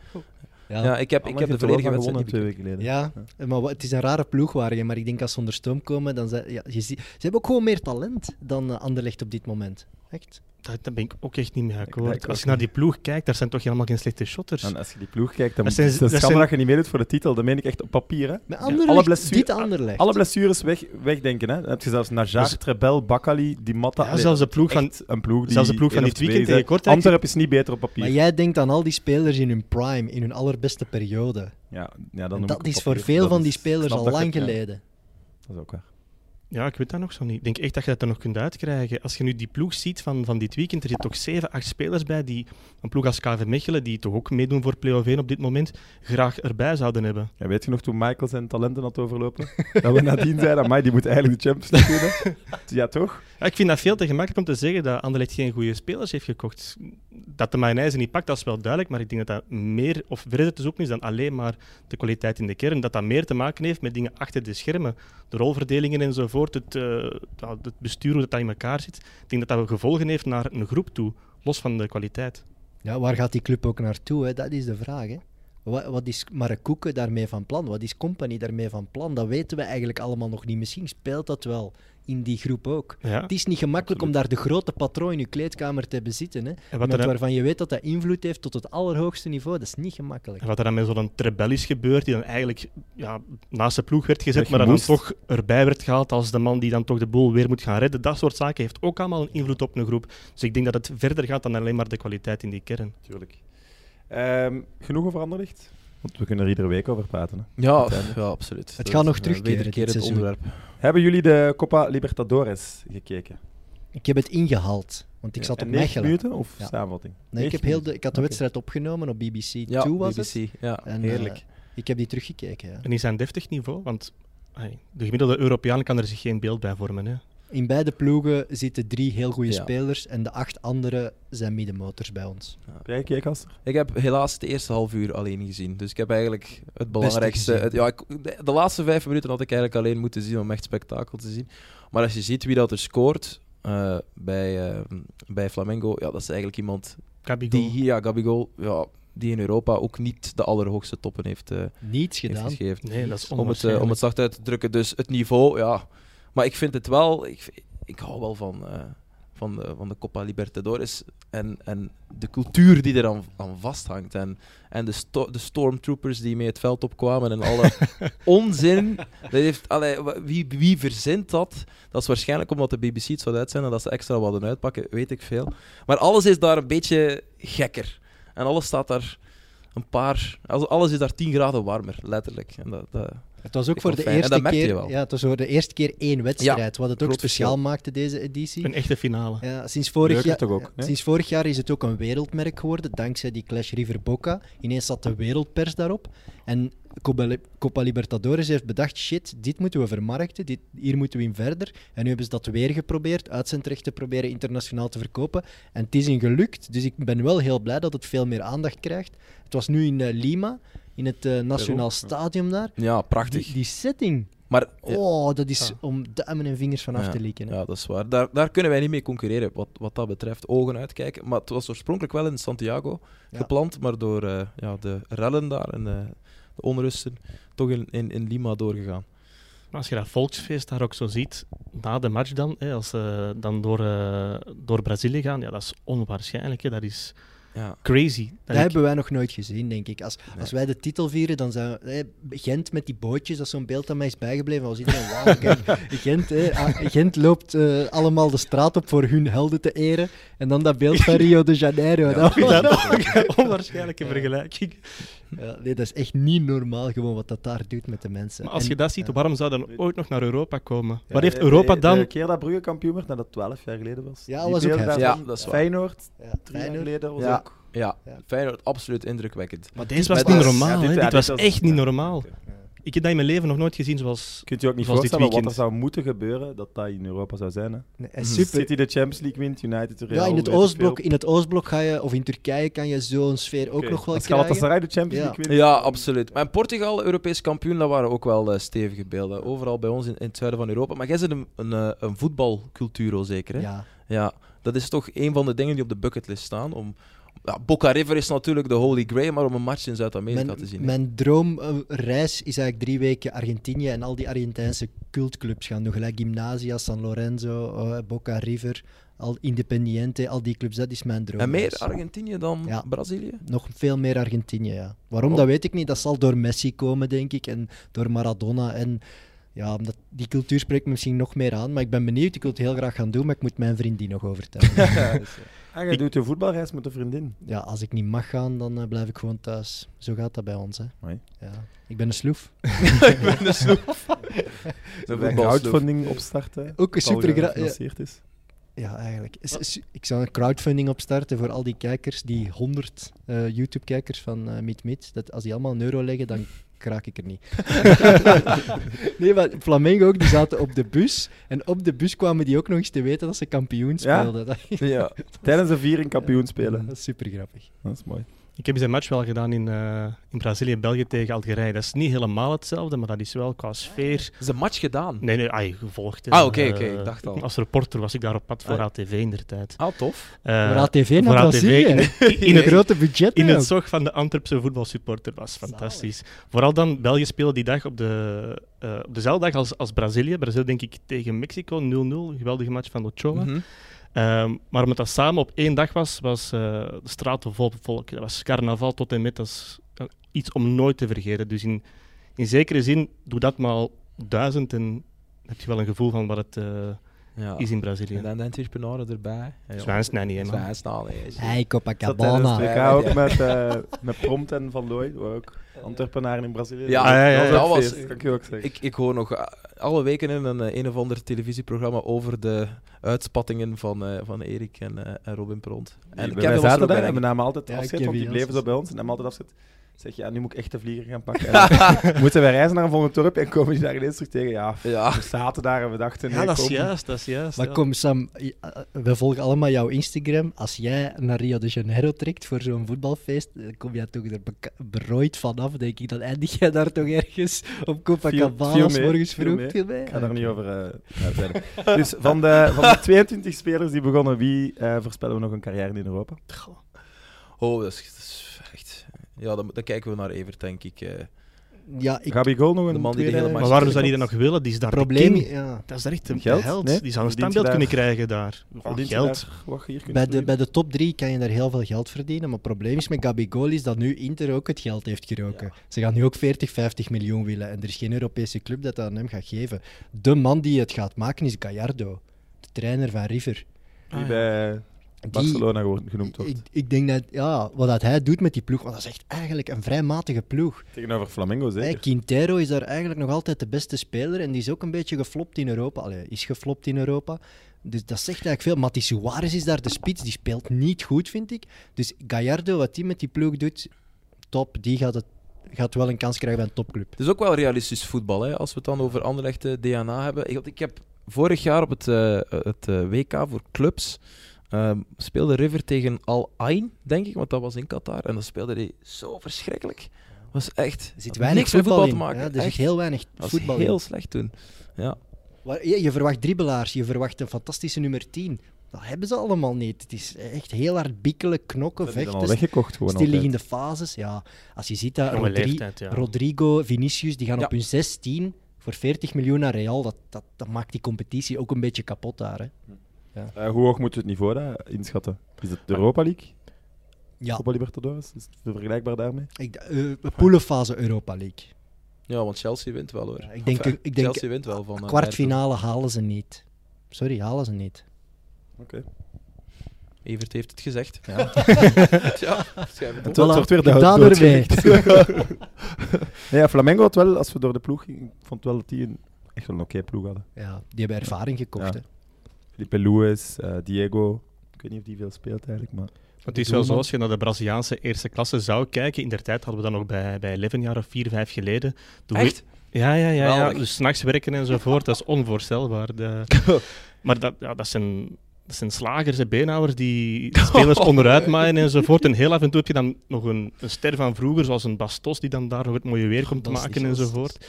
Ja,
ja.
ik heb, ik heb de volledige wedstrijd niet
twee
bekeken.
weken geleden.
maar wa- het is een rare ploeg Waregem, maar ik denk als ze onder stoom komen, dan zijn, ja, je ziet, ze hebben ook gewoon meer talent dan eh, Anderlecht op dit moment. Echt.
Daar daar ben ik ook echt niet mee
denk
akkoord.
ik
Als
ook
je naar die ploeg kijkt, daar zijn toch helemaal geen slechte shotters.
En als je die ploeg kijkt,
Dat
dan moet
zijn-
het is
dat
schande
zijn-
dat je niet meedoet voor de titel. Dat meen ik echt op papier. Hè.
Met
alle
Anderlecht,
blessure-
dit Anderlecht.
Alle blessures weg, wegdenken. Hè. Dan heb je zelfs Najar,
Dus-
Trebel, Bakali, Di Matta.
Ja,
Allee,
zelfs de ploeg van...
echt een ploeg die
zelfs de ploeg van dit
één of twee
weekend
zijn.
tegen Kortrijk-
Antwerpen is niet beter op papier.
maar jij denkt aan al die spelers in hun prime, in hun allerbeste periode.
Ja, ja, dan
En
noem ik
dat
het
is voor
papier.
veel
Dat
van
is-
die spelers
snap
al
dat ik
lang
het- ja,
geleden.
Dat is ook waar.
Ja, ik weet dat nog zo niet. Ik denk echt dat je dat er nog kunt uitkrijgen. Als je nu die ploeg ziet van, van dit weekend, er zitten toch zeven, acht spelers bij die een ploeg als KV Mechelen, die toch ook meedoen voor play-off 1 op dit moment, graag erbij zouden hebben.
Ja, weet je nog toen Michael zijn talenten had overlopen? dat we nadien zeiden, maar die moet eigenlijk de Champions League winnen. ja, toch?
Ja, ik vind dat veel te gemakkelijk om te zeggen dat Anderlecht geen goede spelers heeft gekocht. Dat de mayonaise niet pakt, dat is wel duidelijk. Maar ik denk dat dat meer of verder te zoeken is dan alleen maar de kwaliteit in de kern. Dat dat meer te maken heeft met dingen achter de schermen. De rolverdelingen enzovoort, het, eh, ja, het bestuur, hoe dat, dat in elkaar zit. Ik denk dat dat gevolgen heeft naar een groep toe, los van de kwaliteit.
Ja, waar gaat die club ook naartoe? Hè? Dat is de vraag. Hè? Wat, wat is Marcoeken daarmee van plan? Wat is Company daarmee van plan? Dat weten we eigenlijk allemaal nog niet. Misschien speelt dat wel in die groep ook.
Ja.
Het is niet gemakkelijk om daar de grote patroon in je kleedkamer te hebben zitten. Hè?
En wat, er
Iemand
dan,
waarvan je weet dat dat invloed heeft tot het allerhoogste niveau, dat is niet gemakkelijk.
en wat er dan met zo'n Trebel is gebeurd, die dan eigenlijk ja, naast de ploeg werd gezet,
Weg
maar dan, dan
moest.
toch erbij werd gehaald als de man die dan toch de boel weer moet gaan redden. Dat soort zaken heeft ook allemaal een invloed op een groep. Dus ik denk dat het verder gaat dan alleen maar de kwaliteit in die kern.
Tuurlijk. Ehm, genoeg over Anderlicht? Want we kunnen er iedere week over praten. Hè.
Ja,
Uiteindelijk.
ja, absoluut.
Het
Dat
gaat
is,
nog
eh,
terugkeren
wederkerend
dit seizoen.
onderwerp.
Hebben jullie de Copa Libertadores gekeken?
Ik heb het ingehaald, want ik zat op
En negen
Mechelen.
minuten of
Ja.
samenvatting?
Nee, ik,
Negen
heb heel de,
minuten.
ik had de
Oké.
wedstrijd opgenomen op BBC 2
Ja,
was
BBC.
het.
Ja.
En, eh,
Heerlijk.
ik heb die teruggekeken. Ja.
En is aan deftig niveau, want ai, de gemiddelde Europeaan kan er zich geen beeld bij vormen. Hè.
In beide ploegen zitten drie heel goede
Ja.
spelers en de acht anderen zijn middenmotors bij ons.
Heb jij gekeken, Aster?
Ik heb helaas het eerste half uur alleen gezien. Dus ik heb eigenlijk het belangrijkste.
gezien.
het- ja, ik- de, de laatste vijf minuten had ik eigenlijk alleen moeten zien om echt spektakel te zien. Maar als je ziet wie dat er scoort eh, bij, eh, bij Flamengo, ja, dat is eigenlijk iemand
Gabigol.
Die hier, ja, Gabigol, ja, die in Europa ook niet de allerhoogste toppen heeft, eh,
Niets
heeft
gedaan.
gegeven.
Nee, dat is
om het, eh,
onwaarschijnlijk.
om het zacht uit te drukken. Dus het niveau, ja. Maar ik vind het wel, ik, ik hou wel van, eh, van, de, van de Copa Libertadores en, en de cultuur die er aan, aan vasthangt. En, en de, sto- de stormtroopers die mee het veld opkwamen en alle onzin. Dat heeft, allee, wa- wie, wie verzint dat? Dat is waarschijnlijk omdat de BBC het zou uitzenden dat ze extra wilden uitpakken, weet ik veel. Maar alles is daar een beetje gekker. En alles staat daar een paar... al- Alles is daar 10 graden warmer, letterlijk. En dat, dat,
Het was ook
Ik
voor
vond het
de
fijn. En
eerste
dat merkte je
keer.
wel.
Ja, het was voor de eerste keer één wedstrijd. wat het ook
groot
speciaal
verschil.
maakte deze editie.
Een echte finale.
Ja, sinds, vorig
Leuker
jaar,
toch ook,
ja,
hè?
sinds vorig jaar is het ook een wereldmerk geworden, dankzij die Clash River Boca. Ineens zat de wereldpers daarop. En Copa Li- Copa Libertadores heeft bedacht, shit, dit moeten we vermarkten, dit, hier moeten we in verder. En nu hebben ze dat weer geprobeerd, uitzendrechten proberen internationaal te verkopen. En het is in gelukt, dus ik ben wel heel blij dat het veel meer aandacht krijgt. Het was nu in eh, Lima, in het eh, Nationaal
ja.
Stadium daar.
Ja, prachtig.
Die, die setting,
maar ja,
oh, dat is
Ja.
Ah.
om duimen en vingers van af
Ja.
te likken. hè.
ja, dat is waar. Daar, daar kunnen wij niet mee concurreren wat, wat dat betreft. Ogen uitkijken. Maar het was oorspronkelijk wel in Santiago
Ja.
gepland, maar door eh, ja, de rellen daar en eh, de onrusten toch in, in, in Lima doorgegaan.
Maar als je dat volksfeest daar ook zo ziet, na de match dan, hè, als ze dan door, eh, door Brazilië gaan, ja, dat is onwaarschijnlijk. Hè. Dat is
Ja,
crazy. Dat
Dat
ik-
hebben wij nog nooit gezien, denk ik. Als,
Nee.
als wij de titel vieren, dan zijn we... hè, Gent met die bootjes, dat is zo'n beeld dat mij is bijgebleven. Als iedereen, wauw, kijk, Gent, hè, ah, Gent loopt eh, allemaal de straat op voor hun helden te eren. En dan dat beeld van Rio de Janeiro.
Ja,
dat
Ik
was-
vind dat ook een onwaarschijnlijke
Ja.
vergelijking.
Ja, nee, dat is echt niet normaal gewoon wat dat daar doet met de mensen.
Maar als
En-
je dat ziet,
ja.
waarom zou dan ooit nog naar Europa komen?
Ja,
Wat heeft
de-
Europa
de-
dan?
De keer dat Brugge kampioen werd, nou, dat 12 jaar geleden was.
Ja,
Die
was ook
beelden
heftig.
daarvan,
Ja, dat is waar.
Feyenoord,
ja,
drie jaar
Feyenoord.
geleden, was
Ja.
ook...
ja.
Ja.
Feyenoord absoluut indrukwekkend.
Maar
Deze was
dit
niet
was-
normaal.
ja,
hè.
dit-
Dit
ja, dit
was
was-
echt niet
ja.
normaal. Ik heb dat in mijn leven nog nooit gezien zoals...
Kun je je ook niet
Was dit
voorstellen wat er
weekend.
zou moeten gebeuren dat dat in Europa zou zijn, hè?
Nee,
Mhm.
super.
City de Champions League wint, United de Real...
Ja, in het,
weet ik
Oostblok,
veel.
in het Oostblok ga je, of in Turkije kan je zo'n sfeer ook
Oké,
nog wel
Als
krijgen.
Galatasaray de Champions
Ja.
League wint...
Ja, absoluut. Maar in Portugal, Europees kampioen, dat waren ook wel eh, stevige beelden. Overal bij ons in, in het zuiden van Europa. Maar jij zit een, een, eh, een voetbalcultuur al zeker, hè?
Ja,
Ja, dat is toch een van de dingen die op de bucketlist staan. Om, ja, Boca River is natuurlijk de holy grail, maar om een match in Zuid-Amerika
Mijn,
te zien.
mijn droomreis is eigenlijk drie weken Argentinië en al die Argentijnse cultclubs gaan doen. Gelijk Gymnasia, San Lorenzo, eh, Boca River, al Independiente, al die clubs. Dat is mijn droom.
en meer Argentinië dan
Ja.
Brazilië?
Nog veel meer Argentinië, ja. Waarom,
Oh.
dat weet ik niet. Dat zal door Messi komen, denk ik. En door Maradona. En ja, omdat die cultuur spreekt me misschien nog meer aan. Maar ik ben benieuwd. Ik wil het heel graag gaan doen, maar ik moet mijn vriendin nog overtuigen. Dus, eh,
En je
Ik-
doet je voetbalreis met een vriendin.
ja, als ik niet mag gaan, dan eh, blijf ik gewoon thuis. Zo gaat dat bij ons, hè.
Mooi.
Ja. Ik ben een sloef.
ik ben dus zo. Zo'n
Een
voetbalsloof.
crowdfunding opstarten.
Ook een
dat al
super gra-
gefinancierd is.
Ja, eigenlijk. S- s- Ik zou een crowdfunding opstarten voor al die kijkers, die 100 eh, YouTube-kijkers van eh Meet Meet. Dat als die allemaal een euro leggen, dan kraak ik er niet. nee, maar Flamengo ook, die zaten op de bus. En op de bus kwamen die ook nog eens te weten dat ze kampioen
Ja?
speelden. Dat,
Ja.
Tijdens een viering kampioen spelen.
dat is super grappig.
Dat is mooi.
Ik heb eens een match wel gedaan in, eh, in Brazilië en België tegen Algerije. Dat is niet helemaal hetzelfde, maar dat is wel qua sfeer...
Is een match gedaan?
Nee, nee, ai, gevolgd. hè.
Ah, oké,
Eh,
oké, ik dacht al.
Als reporter was ik daar op pad voor
Ah.
ATV in der tijd.
Ah, tof.
Eh,
voor ATV
voor
naar
ATV
Brazilië.
in-
In,
in
het
het-
grote budget
In
hè,
het
ook.
zorg van de Antwerpse voetbalsupporter was fantastisch. Vooral dan, België speelde die dag op, de, eh, op dezelfde dag als, als Brazilië. Brazilië denk ik tegen Mexico 0-0, een geweldige match van Ochoa.
Mhm.
Ehm, maar omdat dat samen op één dag was, was eh, de straten vol volk. Dat was carnaval tot en met, dat is eh, iets om nooit te vergeten. Dus in, in zekere zin, doe dat maar duizend en dan heb je wel een gevoel van wat het eh,
Ja.
is in Brazilië.
En dan de Antwerpenaren erbij.
Zwijns, nee, niet, hè, man.
Zwijns, nou, nee, zie je.
Hey,
Zat tijdens
Copacabana.
het WK ook met, eh met Prompt en Van Looy, waar ook Antwerpenaren in Brazilië.
Ja,
Ah, ja, ja,
dat,
ja.
was,
Dat was-
feest, kan ik je ook zeggen.
Ik, ik hoor nog eh, alle weken in een, eh, een of ander televisieprogramma over de uitspattingen van, eh, van Erik en, eh, en Robin Pront. En
wij
Kevin was er
zaten
ook
daar
bij,
en we
denk ik.
namen altijd
Ja,
afscheid,
Kevin
want die bleven zo
Janssens.
bij ons en namen altijd afscheid. Ik Zeg, ja, nu moet ik echt de vlieger gaan pakken. En dan moeten wij reizen naar een volgend dorp en komen die daar ineens terug tegen? Ja, f-
Ja.
we zaten daar en we dachten, nee,
ja, dat is
kom.
juist, dat is juist.
Maar
ja.
kom Sam, i- eh, we volgen allemaal jouw Instagram. Als jij naar Rio de Janeiro trekt voor zo'n voetbalfeest, dan kom jij toch er beka- berooid vanaf, denk ik. Dan eindig jij daar toch ergens op
viel
Copacabana, 's
mee,
morgens
viel
vroeg.
mee.
Viel mee.
Ik ga daar niet over eh, uitweiden. Dus van de, van de 22 spelers die begonnen, wie eh, voorspellen we nog een carrière in Europa?
Oh, dat is, dat is echt... Ja, dan, dan kijken we naar Evert, denk ik. eh.
Ja, ik,
Gabigol nog een
de man die de
tweede-
hele match-
Maar waarom ze dat niet nog willen? Die is daar de
probleem,
king.
ja.
Dat is daar echt een
Geld?
held.
Nee.
Die zou een
Verdient je
standbeeld
daar-
kunnen krijgen daar. Van
Verdient je
geld.
daar wat je hier kunt
Bij de,
verdienen?
bij de top drie kan je daar heel veel geld verdienen. Maar het probleem is met Gabigol is dat nu Inter ook het geld heeft geroken. Ze gaan nu ook 40, 50 miljoen willen. En er is geen Europese club dat dat aan hem gaat geven. De man die het gaat maken is Gallardo, de trainer van River.
Die bij
Die-
Barcelona gewoon genoemd wordt.
Ik, ik denk dat ja, wat dat hij doet met die ploeg, want dat is echt eigenlijk een vrij matige ploeg.
Tegenover Flamengo
Hè,
zeker.
Quintero is daar eigenlijk nog altijd de beste speler en die is ook een beetje geflopt in Europa. Allee, is geflopt in Europa. Dus dat zegt eigenlijk veel. Mati Suarez is daar de spits, die speelt niet goed, vind ik. Dus Gallardo, wat die met die ploeg doet, top. Die gaat, het, gaat wel een kans krijgen bij een topclub.
Het is ook wel realistisch voetbal, hè, als we het dan over Anderlecht eh, DNA hebben. Ik, had- ik heb vorig jaar op het, eh, het eh, WK voor clubs ehm, speelde River tegen Al Ain, denk ik, want dat was in Qatar. En dat speelde hij zo verschrikkelijk. Was echt
Er zit
had
weinig
niks met voetbal
voetbal in.
te maken.
Ja, er
echt,
zit heel weinig
was
voetbal
heel
in.
slecht toen.
Waar- Je, je verwacht dribbelaars, je verwacht een fantastische nummer 10. Dat hebben ze allemaal niet. Het is echt heel hard bikkelen, knokken,
Dat is
vechten,
al weggekocht gewoon altijd.
Stilliggende fases, ja. Als je ziet dat
Jonge
Rodri-
leeftijd, ja.
Rodrigo, Vinicius, die gaan
Ja.
op hun 16 voor 40 miljoen naar Real. Dat, dat, dat maakt die competitie ook een beetje kapot daar. Hè.
Eh, hoe hoog moet je het niveau daar inschatten? Is het de Europa League?
Ja,
Copa Libertadores? Is het vergelijkbaar daarmee?
ik, d- eh, poelenfase Europa League.
Ja, want Chelsea wint wel hoor.
Ja, ik denk-
Enfin,
ik denk-
Chelsea wint wel van. eh,
Kwartfinale halen ze niet. Sorry, halen ze niet.
Ayrton. Evert heeft het gezegd. Ja, ja schrijf het op.
Het wordt-
Voilà,
wordt weer de
gedaan
huid
ermee.
doodgewerkt. Nee, ja, Flamengo had wel, als we door de ploeg gingen, ik vond wel dat die een, echt wel een oké ploeg hadden.
Ja, die hebben ervaring gekocht.
Ja.
Hè.
Felipe Luis, eh, Diego. Ik weet niet of die veel speelt eigenlijk, maar...
Het is wel zo, als je naar de Braziliaanse eerste klasse zou kijken, in der tijd hadden we dat nog bij, bij 11 jaar of 4, 5 geleden. Toen we-
Echt?
Ja, ja, ja. ja.
Geweldig.
Dus 's nachts werken enzovoort, dat is onvoorstelbaar. De... Maar dat, ja, dat, zijn, dat zijn slagers en beenhouwers die de spelers
Oh.
onderuit maaien enzovoort. En heel af en toe heb je dan nog een, een ster van vroeger, zoals een Bastos, die dan daar nog het mooie weer komt
Bastos,
maken
Bastos.
enzovoort.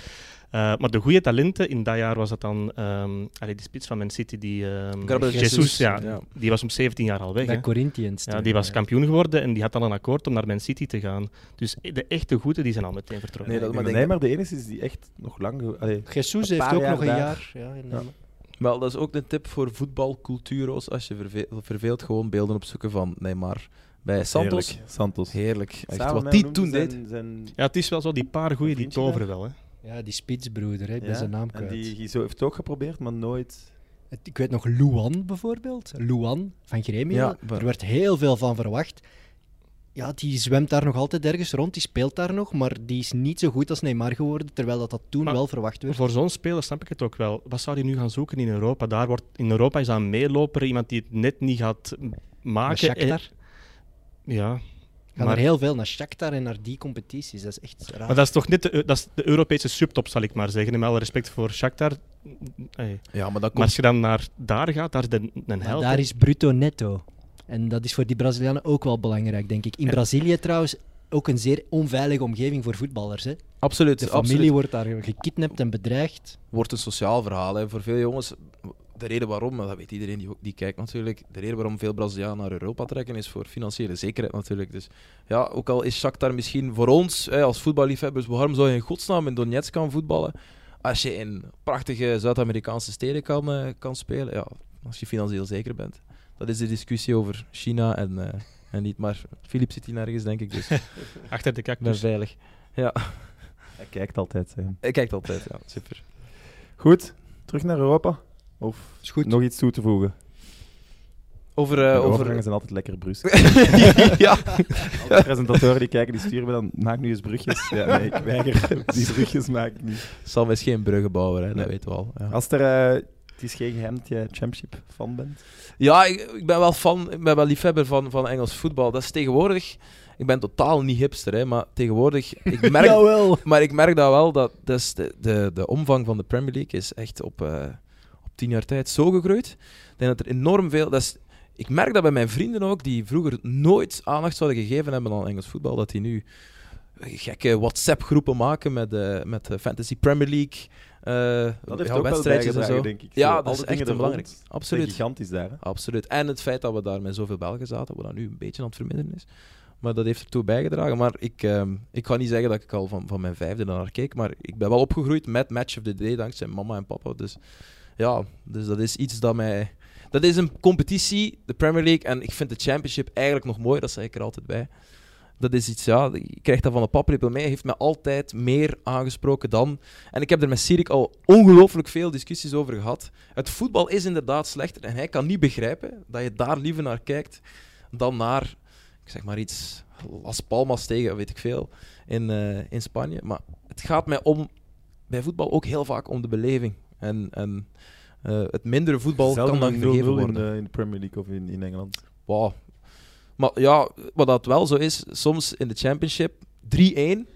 Eh, maar de goede talenten, in dat jaar was dat dan ehm allee, die spits van Man City, die ehm,
Gabriel
Jesus,
Jesus,
ja,
ja.
die was om 17 jaar al weg. hè.
Bij Corinthians.
Ja,
toen,
die was
eh.
kampioen geworden en die had dan een akkoord om naar Man City te gaan. Dus de echte goede die zijn al meteen vertrokken.
Nee, dat-
Ik
maar
denk dat
denk-
hij maar de enige is die echt nog lang... ge- Allee,
Jesus
Een
heeft
paar
ook
jaar
nog een
daar.
jaar. Ja, in,
Ja.
Wel, dat is ook een tip voor voetbalculturo's. Als je verveelt, verveelt gewoon beelden opzoeken van Neymar bij Santos.
heerlijk. Santos.
Heerlijk. Echt,
Samen
wat
met-
die
hoe
toen
noemde
deed.
zijn- zijn-
Ja, het is wel zo, die paar goeie die
Vind je
toveren wel. Hè.
ja, die spitsbroeder, hè. ik ben
Ja,
zijn naam
En
kwijt.
die Gizo heeft het ook geprobeerd, maar nooit...
Het- Ik weet nog Luan bijvoorbeeld. Luan van Gremio.
Ja, maar-
Er werd heel veel van verwacht. Ja, die zwemt daar nog altijd ergens rond. Die speelt daar nog, maar die is niet zo goed als Neymar geworden. Terwijl dat, dat toen
Maar-
wel verwacht werd.
Voor zo'n speler snap ik het ook wel. Wat zou hij nu gaan zoeken in Europa? Daar wordt, in Europa is dat een meeloper, iemand die het net niet gaat m-
Maar
maken.
Shakhtar.
Eh, ja.
Gaan
maar-
er heel veel naar Shakhtar en naar die competities. Dat is echt raar.
Maar dat is toch net de, eu- dat is de Europese subtop, zal ik maar zeggen. En Met alle respect voor Shakhtar. Hey.
Ja, maar dat
Maar
komt...
als je dan naar daar gaat, daar is de, een
Maar
held.
daar
hè.
is bruto netto. En dat is voor die Brazilianen ook wel belangrijk, denk ik. In
En-
Brazilië trouwens ook een zeer onveilige omgeving voor voetballers. Hè?
Absoluut,
De familie
absoluut.
wordt daar gekidnapt en bedreigd.
Wordt een sociaal verhaal. Hè. Voor veel jongens, de reden waarom, maar dat weet iedereen die, ook- die kijkt natuurlijk, de reden waarom veel Brazilianen naar Europa trekken is voor financiële zekerheid natuurlijk. Dus ja, ook al is Shakhtar misschien voor ons, hè, als voetballiefhebbers, waarom zou je in godsnaam in Donetsk gaan voetballen? Als je in prachtige Zuid-Amerikaanse steden kan, eh, kan spelen, ja, als je financieel zeker bent. Dat is de discussie over China en, eh, en niet, maar Filip zit hier nergens, denk ik, dus ik
Achter de
ben
cactus.
veilig. Ja,
Hij kijkt altijd, zeg.
ik kijk altijd, ja, super.
Goed, terug naar Europa. Of
Is goed.
nog iets toe te voegen?
Over, eh,
de
over,
overgangen zijn altijd lekker brusk.
ja.
Alle presentatoren die kijken, die sturen me dan, maak nu eens brugjes. Ja, nee, ik weiger. Die brugjes maak ik niet.
Sam is geen bruggenbouwer, hè, dat
Nee.
weten we al. Ja,
Als er, eh, het is geen geheim dat je championship-fan bent.
ja ik, ik ben wel fan, ik ben wel liefhebber van, van Engels voetbal. Dat is tegenwoordig, ik ben totaal niet hipster, hè, maar tegenwoordig, ik merk,
Jawel!
maar ik merk dat wel, dat, dat is de, de, de omvang van de Premier League is echt op, eh, op tien jaar tijd zo gegroeid. Ik denk dat er enorm veel, dat is, ik merk dat bij mijn vrienden ook, die vroeger nooit aandacht zouden gegeven hebben aan Engels voetbal, dat die nu gekke WhatsApp-groepen maken met, eh, met de Fantasy Premier League. eh,
Dat heeft
ja,
ook wel
wedstrijdjes en zo.
bijgedragen, denk ik.
Ja,
Zo,
dat
al
is
de
echt
dingen er rond
een belangrijk.
zijn
Absoluut.
gigantisch daar. hè.
Absoluut. En het feit dat we daar met zoveel Belgen zaten, wat dat nu een beetje aan het verminderen is. Maar dat heeft ertoe bijgedragen. Maar ik, ehm, ik ga niet zeggen dat ik al van, van mijn vijfde naar keek. Maar ik ben wel opgegroeid met Match of the Day dankzij mama en papa. Dus ja, dus dat is iets dat mij. Dat is een competitie, de Premier League. En ik vind de Championship eigenlijk nog mooi. Dat zeg ik er altijd bij. Dat is iets, ja, ik krijg dat van de paplepel mee. Heeft mij altijd meer aangesproken dan. En ik heb er met Sirik al ongelooflijk veel discussies over gehad. Het voetbal is inderdaad slechter. En hij kan niet begrijpen dat je daar liever naar kijkt dan naar ik zeg maar iets, Las Palmas tegen, weet ik veel, in, eh, in Spanje. Maar het gaat mij om, bij voetbal ook heel vaak om de beleving. En, en eh, het mindere voetbal
Zelden
kan dan
een 0-0
gegeven
in
worden.
de, in de Premier League of in, in Engeland.
Wow. Maar ja, wat dat wel zo is, soms in de championship 3-1,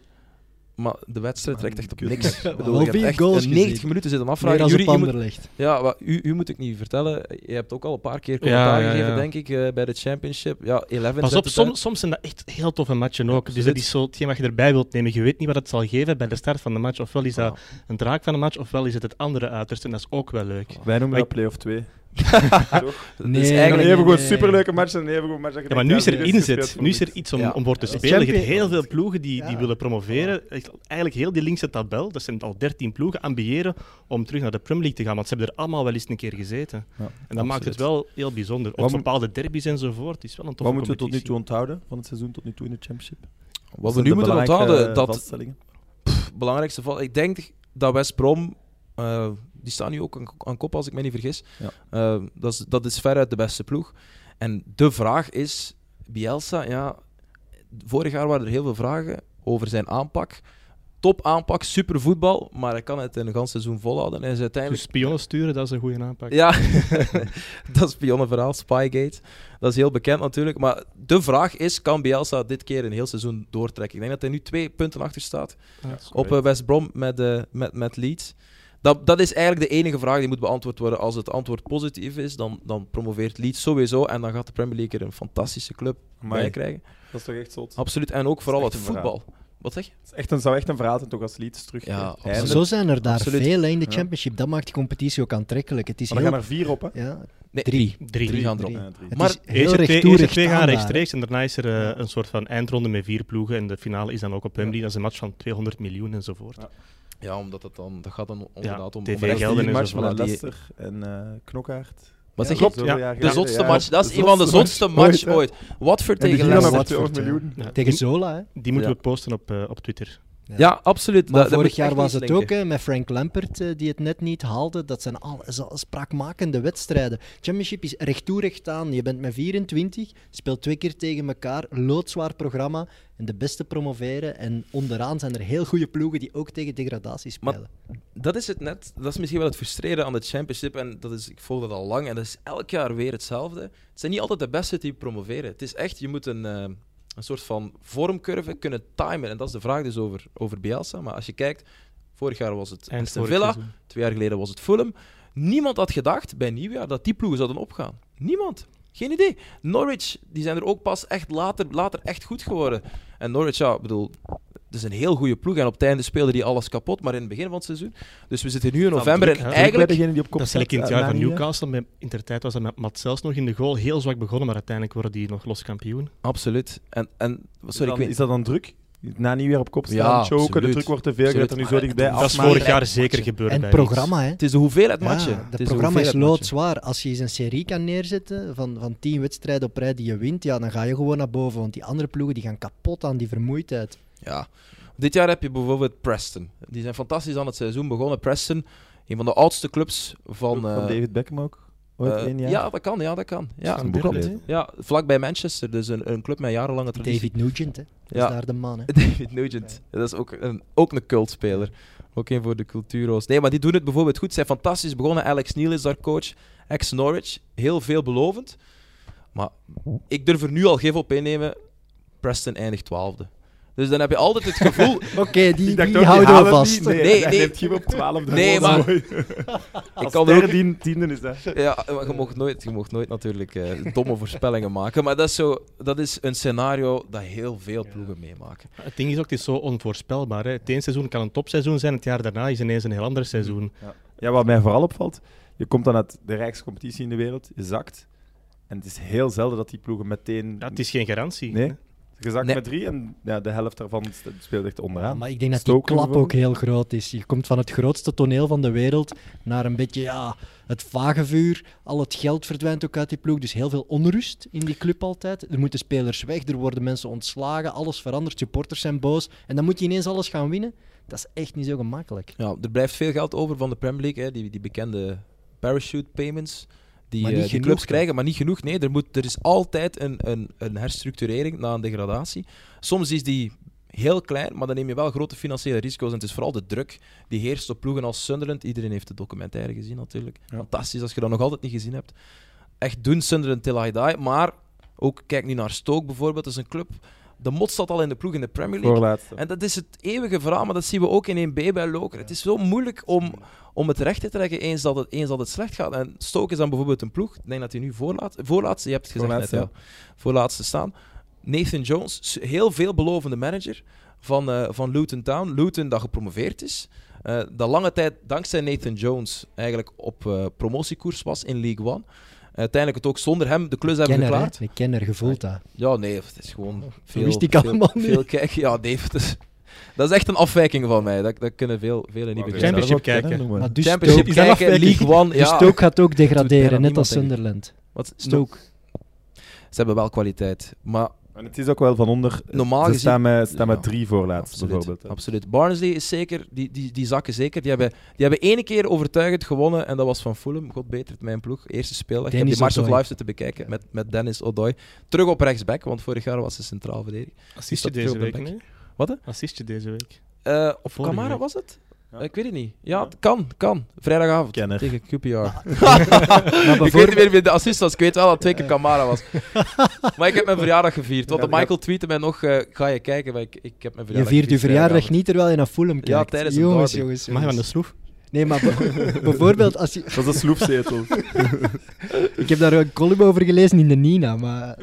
maar de wedstrijd trekt echt op
Kut.
niks. Ik
Wel
bedoel, je hebt
vier
echt
goals
eh, 90
gezien.
minuten zitten
Meer
afvragen.
als
Jullie,
op
je moet-
ander ligt.
ja, maar u, u moet ik niet vertellen. Je hebt ook al een paar keer commentaar
ja,
gegeven,
ja.
denk ik, eh, bij de championship. Ja, 11
Pas
zet
op,
het
som-
uit.
soms zijn dat echt heel toffe matchen ook. dus dat
absoluut.
is zo hetgeen wat je erbij wilt nemen. Je weet niet wat het zal geven bij de start van de match. Ofwel is dat
Ja.
een draak van de match, ofwel is het het andere uiterste. En dat is ook wel leuk.
Wij noemen
Maar
dat play-off 2.
Dat
Nee,
is
En
Dus eigenlijk
nee,
even
nee,
gewoon
nee.
superleuke match en even goed match. dat je
Ja, maar nu
denkt,
is er
dit gespeeld
inzet.
voor
Nu is er
niets.
iets om,
Ja.
om voor te
Ja,
spelen. Je hebt
Champions-
heel veel ploegen die, die
Ja.
willen promoveren. Echt, Eigenlijk heel die linkse tabel, dat zijn al 13 ploegen, ambiëren om terug naar de Premier League te gaan. Want ze hebben er allemaal wel eens een keer gezeten.
Ja,
en dat maakt het wel heel bijzonder. Ook
Wat mo-
bepaalde derbies enzovoort. Het is wel een toffe
Wat moeten we tot nu
competitie.
toe onthouden van het seizoen tot nu toe in de Championship?
Wat we
zijn
nu
de
moeten
belangrijke,
onthouden,
eh,
dat
vaststellingen?
belangrijkste val. Ik denk dat West Brom, eh, die staan nu ook aan, aan kop als ik me niet vergis.
Ja.
Eh, dat, is, dat is veruit de beste ploeg. En de vraag is, Bielsa, ja, vorig jaar waren er heel veel vragen over zijn aanpak. Top aanpak, super voetbal, maar hij kan het een gans seizoen volhouden. Hij is uiteindelijk
Dus spionnen sturen, dat is een goede aanpak.
Ja, dat is pionnenverhaal, Spygate. Dat is heel bekend natuurlijk. Maar de vraag is, kan Bielsa dit keer een heel seizoen doortrekken? Ik denk dat hij nu twee punten achter staat
Ja.
op eh, West Brom met, eh, met, met Leeds. Dat, dat is eigenlijk de enige vraag die moet beantwoord worden. Als het antwoord positief is, dan, dan promoveert Leeds sowieso. En dan gaat de Premier League er een fantastische club bij
Amai,
krijgen.
Dat is toch echt zot?
Absoluut. En ook vooral
echt
het
een verhaal.
voetbal. Wat zeg je?
Het is echt een, zou echt een verhaal zijn toch als lied terug.
Ja,
eh,
absoluut.
einde.
Zo zijn er daar
Absoluut.
veel hè, in de
Ja.
championship. Dat maakt die competitie ook aantrekkelijk. Het is
Maar er
heel...
gaan er vier op, hè?
Ja,
Nee,
drie.
Drie.
Drie gaan erop.
Drie.
Ja, drie.
Het
Maar
is
Eerst
heel
twee-
recht
eerst
toe,
de
recht
twee E gaan
aan daar, hè.
rechtstreeks en daarna is er eh, een soort van eindronde met vier ploegen en de finale is dan ook op Wembley. Dat is een match van 200 miljoen enzovoort.
Ja.
Ja, omdat dat dan... Dat gaat dan inderdaad om... om
TV
recht-
Die
Gelden en
match
zo
van
van die-
Leicester en eh Knokkaard.
Wat zeg je?
Klopt,
Ja,
zoveel
de
jaar
De
geleden,
zotste
ja.
match. Dat is
De
een van de zotste match
hè?
ooit. Watford
En die
tegen
gingen dan
Leicester.
met
Watford,
200
ja.
miljoen.
Ja.
Tegen Zola, hè.
Die moeten
Ja.
we posten op, eh, op Twitter.
Ja, absoluut. Dat-
Maar
dat
vorig
moet je
jaar
echt
was
niet
het ook
denken.
hè, met Frank Lampert, eh, die het net niet haalde. Dat zijn al, is al spraakmakende wedstrijden. Championship is recht toe, recht aan. Je bent met 24, speelt twee keer tegen elkaar, loodzwaar programma. En de beste promoveren. En onderaan zijn er heel goede ploegen die ook tegen degradatie
Maar-
spelen.
Dat is het net. Dat is misschien wel het frustreren aan de Championship. En dat is, ik volg dat al lang. En dat is elk jaar weer hetzelfde. Het zijn niet altijd de beste die promoveren. Het is echt, je moet een, eh, een soort van vormcurve kunnen timen. En dat is de vraag dus over, over Bielsa. Maar als je kijkt, vorig jaar was het
Eind
Aston
vorig
Villa.
seizoen.
Twee jaar geleden was het Fulham. Niemand had gedacht bij nieuwjaar dat die ploegen zouden opgaan. Niemand. Geen idee. Norwich, die zijn er ook pas echt later, later echt goed geworden. En Norwich, ja, ik bedoel, het is een heel goede ploeg. En op het einde speelde die alles kapot, maar in het begin van het seizoen. Dus we zitten nu in november
druk, hè.
en
Druk
Eigenlijk
eigenlijk...
degene die op kop
Dat is
staat,
eigenlijk in het
eh,
jaar van
na nieuwjaar.
Newcastle. Met, in der tijd was dat met Matt zelfs nog in de goal. Heel zwak begonnen, maar uiteindelijk worden die nog los kampioen.
Absoluut. En, en
Is
sorry,
dan-
ik weet
Is dat dan druk? Na nieuwjaar op kop staan,
Ja,
choken,
absoluut.
de druk wordt te veel, je bent er nu zo
Absoluut.
dichtbij
Dat
dat is
afmaken.
vorig jaar
echt
zeker
matchen.
gebeurd.
En
bij
het programma, hè.
Het is de hoeveelheid matchen.
Ja,
Het is
dat
de
programma is
hoeveelheid matchen.
loodzwaar. Als je eens een serie kan neerzetten van, van tien wedstrijden op rij die je wint, ja, dan ga je gewoon naar boven. Want die andere ploegen die gaan kapot aan die vermoeidheid.
Ja. Dit jaar heb je bijvoorbeeld Preston. Die zijn fantastisch aan het seizoen begonnen. Preston, een van de oudste clubs van...
Van
eh,
David Beckham ook. Ooit
eh,
één jaar.
ja, dat kan. Ja, dat kan. Ja,
Van
klopt.
Burnley.
Ja, vlakbij Manchester. Dus een, een club met jarenlange traditie.
David Nugent, hè. Dat
Ja.
is daar de man, hè.
David Nugent. Dat is ook een, ook een cultspeler. Ook een voor de cultuuro's. Nee, maar die doen het bijvoorbeeld goed. Zijn fantastisch begonnen. Alex Neil is daar coach. Ex-Norwich. Heel veelbelovend. Maar ik durf er nu al gif op innemen. Preston eindigt twaalfde. Dus dan heb je altijd het gevoel...
Oké, die, die,
Dus Ik dacht ook,
houden we
halen
vast.
die. Nee,
Nee,
nee.
nee.
neemt Gio op 12 de
Nee,
goal.
maar-
Mooi.
ik
Als
kan er ook
derdien- tiende is dat.
Ja, maar je mocht nooit, je mocht nooit natuurlijk eh, domme voorspellingen maken. Maar dat is, zo, dat is een scenario dat heel veel ploegen meemaken.
Het ding is ook, het is zo onvoorspelbaar. Hè. Het ene seizoen kan een topseizoen zijn, het jaar daarna is ineens een heel ander seizoen.
Ja, wat mij vooral opvalt, je komt dan uit de rijkste competitie in de wereld, je zakt. En het is heel zelden dat die ploegen meteen...
Ja, het is geen garantie.
Nee.
hè.
Ze Gezakt
Nee.
met drie en ja, de helft daarvan s- speelt echt
Ja,
onderaan.
maar ik denk dat die
Stoken
klap
bijvoorbeeld.
ook heel groot is. Je komt van het grootste toneel van de wereld naar een beetje ja, het vagevuur. Al het geld verdwijnt ook uit die ploeg. Dus heel veel onrust in die club altijd. Er moeten spelers weg, er worden mensen ontslagen, alles verandert, supporters zijn boos. En dan moet je ineens alles gaan winnen. Dat is echt niet zo gemakkelijk.
Ja, er blijft veel geld over van de Premier League, hè, die, die bekende parachute payments. Die,
Maar
eh,
niet
die
genoeg,
clubs
toch?
krijgen, maar niet genoeg. Nee, er, moet, er is altijd een, een, een herstructurering na een degradatie. Soms is die heel klein, maar dan neem je wel grote financiële risico's. En het is vooral de druk die heerst op ploegen als Sunderland. Iedereen heeft de documentaire gezien, natuurlijk. Fantastisch als je dat nog altijd niet gezien hebt. Echt doen Sunderland till I die. Maar ook kijk nu naar Stoke bijvoorbeeld. Dat is een club. De mot staat al in de ploeg in de Premier League.
Voorlaatste.
En dat is het eeuwige verhaal, maar dat zien we ook in 1B bij Lokeren. Het is zo moeilijk om, om het recht te trekken eens dat het, eens dat het slecht gaat. En Stoke is dan bijvoorbeeld een ploeg, ik denk dat hij nu voorlaat, voorlaatste, je hebt het gezegd
Voorlaatste,
net, ja. voorlaatste staan. Nathan Jones, s- heel veelbelovende manager van, eh, van Luton Town. Luton dat gepromoveerd is. eh, dat lange tijd dankzij Nathan Jones eigenlijk op eh, promotiekoers was in League One. Uiteindelijk het ook zonder hem de klus hebben
Kenner, hè?
geklaard.
Een kenner gevoeld dat.
Ja, nee, het is gewoon veel...
wist ik
veel,
allemaal niet.
Veel kijken, ja, nee, het is, dat is echt een afwijking van mij. Dat, dat kunnen veel, velen niet
Wauw,
begrijpen.
Championship
dat is ook-
kijken.
ja, noem maar.
Maar dus
Championship
Stoke,
is dat een
kijken,
afwijking?
League One,
dus
ja.
Stoke gaat ook degraderen,
bijna
net als
niemand, denk
Sunderland.
Wat,
Stoke.
Ze hebben wel kwaliteit, maar
En het is ook wel van onder.
normaal
Ze
gezien...
staan met, staan met
Ja,
drie voorlaatst
absoluut,
bijvoorbeeld. hè.
Absoluut. Barnsley is zeker, die, die, die zakken zeker. Die hebben, die hebben één keer overtuigend gewonnen en dat was van Fulham. God beter het mijn ploeg. Eerste speeldag. Ik heb
Dennis
die Mars of
Odoi.
Life zitten bekijken met, met Dennis Odoi. Terug op rechtsback, want vorig jaar was ze centraal verdediger. Is
Assistje
dat
deze
veel
week,
op de
nee?
Wat, hè?
Assistje deze week.
Eh op
Vorige
Camara
week.
was het? Eh,
Ja.
Ik weet het niet. Ja,
Ja.
het kan, kan. Vrijdagavond
Kenner.
tegen QPR. ik weet
bijvoorbeeld-
niet meer wie de assist was. Ik weet wel dat het twee keer Camara was. maar ik heb mijn verjaardag gevierd. Want
Ja,
de Michael tweette mij nog, eh, ga je kijken, maar ik, ik heb mijn
Je
verjaardag
viert je verjaardag
vrijdagavond.
niet terwijl je naar Fulham kijkt.
tijdens een
jongens,
derby.
jongens,
Mag je van de
jongens.
schroef?
Nee, maar b- bijvoorbeeld als je...
Dat is een sloefzetel.
Ik heb daar een column over gelezen in de Nina, maar...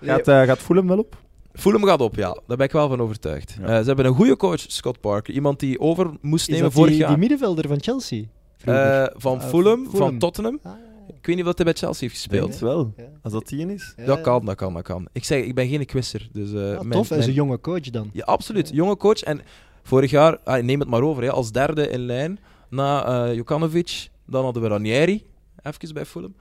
gaat, eh gaat Fulham wel op?
Fulham gaat op, ja. Daar ben ik wel van overtuigd.
Ja.
Eh, ze hebben een goede coach, Scott Parker. Iemand die over moest
Is
nemen
dat
vorig
die,
jaar.
die middenvelder van Chelsea?
eh,
Vroeger.
van
Ah,
Fulham, van
Fulham.
Tottenham.
Ah,
Ik weet niet of hij bij Chelsea heeft
Ik denk
gespeeld.
het wel.
ja.
Als dat tien is.
Ja,
Dat
ja.
kan, dat kan, dat kan. Ik zeg, ik ben geen quizzer. Dus, eh
Ah,
mijn-
tof, hij is
mijn-
een jonge coach dan.
Ja, absoluut. Jonge coach. En vorig jaar, ah, neem het maar over, hè, als derde in lijn na eh Jokanovic. Dan hadden we Ranieri, even bij Fulham.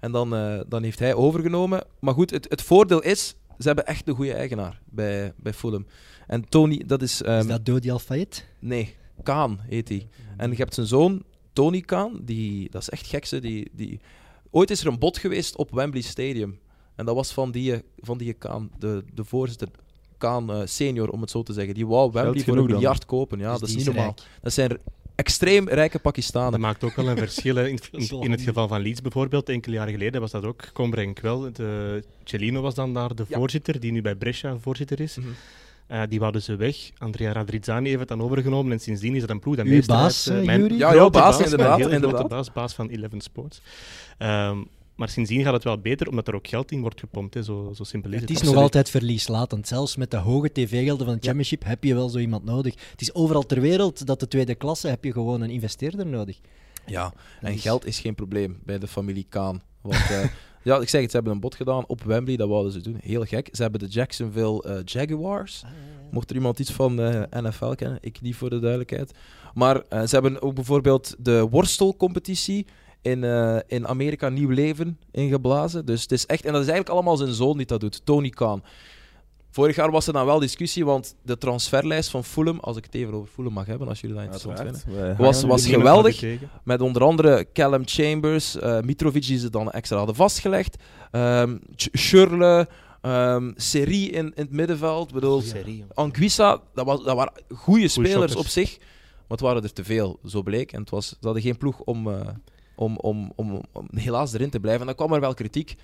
En dan, eh, dan heeft hij overgenomen. Maar goed, het, het voordeel is, ze hebben echt een goede eigenaar bij, bij Fulham. En Tony, dat is... ehm,
Is dat Dodi Alfayet?
Nee, Kaan heet hij. En je hebt zijn zoon, Tony Kaan, die, dat is echt gekse. Die, die... Ooit is er een bod geweest op Wembley Stadium. En dat was van die, eh, van die Kaan, de, de voorzitter. Kaan eh, senior, om het zo te zeggen. Die wou Wembley voor
genoeg
een
dan.
miljard kopen. Ja,
Dus
dat is
die
niet
is
normaal.
rijk.
Dat zijn extreem rijke Pakistanen.
Ah, Dat maakt ook wel een verschil. hè. In, in- in het geval van Leeds bijvoorbeeld, enkele jaren geleden was dat ook Combrink wel. De, Celino was dan daar de
Ja.
voorzitter, die nu bij Brescia voorzitter is.
Mhm.
Eh, die wouden ze weg. Andrea Radrizzani heeft het dan overgenomen en sindsdien is dat een ploeg. dat
Uw
meester
baas,
uit, eh,
eh, Yuri?
Ja,
grote
jouw baas,
mijn
inderdaad,
hele grote
inderdaad.
baas, baas van Eleven Sports. Ehm, maar sindsdien gaat het wel beter, omdat er ook geld in wordt gepompt. Hè. Zo, zo simpel is
Het
het.
is nog
Absoluut.
altijd verlieslatend. Zelfs met de hoge tv-gelden van de championship heb je wel zo iemand nodig. Het is overal ter wereld dat de tweede klasse heb je gewoon een investeerder nodig.
Ja, en
is-
geld is geen probleem bij de familie Kaan. Want eh, ja, ik zeg het, ze hebben een bod gedaan op Wembley, dat wouden ze doen. Heel gek. Ze hebben de Jacksonville eh, Jaguars. Mocht er iemand iets van eh, NFL kennen, ik niet voor de duidelijkheid. Maar eh, ze hebben ook bijvoorbeeld de worstelcompetitie in, eh, in Amerika nieuw leven ingeblazen. Dus het is echt, en dat is eigenlijk allemaal zijn zoon die dat doet, Tony Khan. Vorig jaar was er dan wel discussie, want de transferlijst van Fulham, als ik het even over Fulham mag hebben, als jullie dat interessant vinden.
Uiteraard. We hangen
Was-
nu
was
niet meer.
geweldig.
tegen.
Met onder andere Callum Chambers, eh, Mitrovic die ze dan extra hadden vastgelegd. ehm Ch- Schürrle, ehm Serie in, in het middenveld. Ik bedoel, Anguissa, dat, was, dat waren goede spelers
shotters.
op zich. Maar het waren er te veel, zo bleek. En het was, ze hadden geen ploeg om, eh, om, om, om, om helaas erin te blijven. En dan kwam er wel kritiek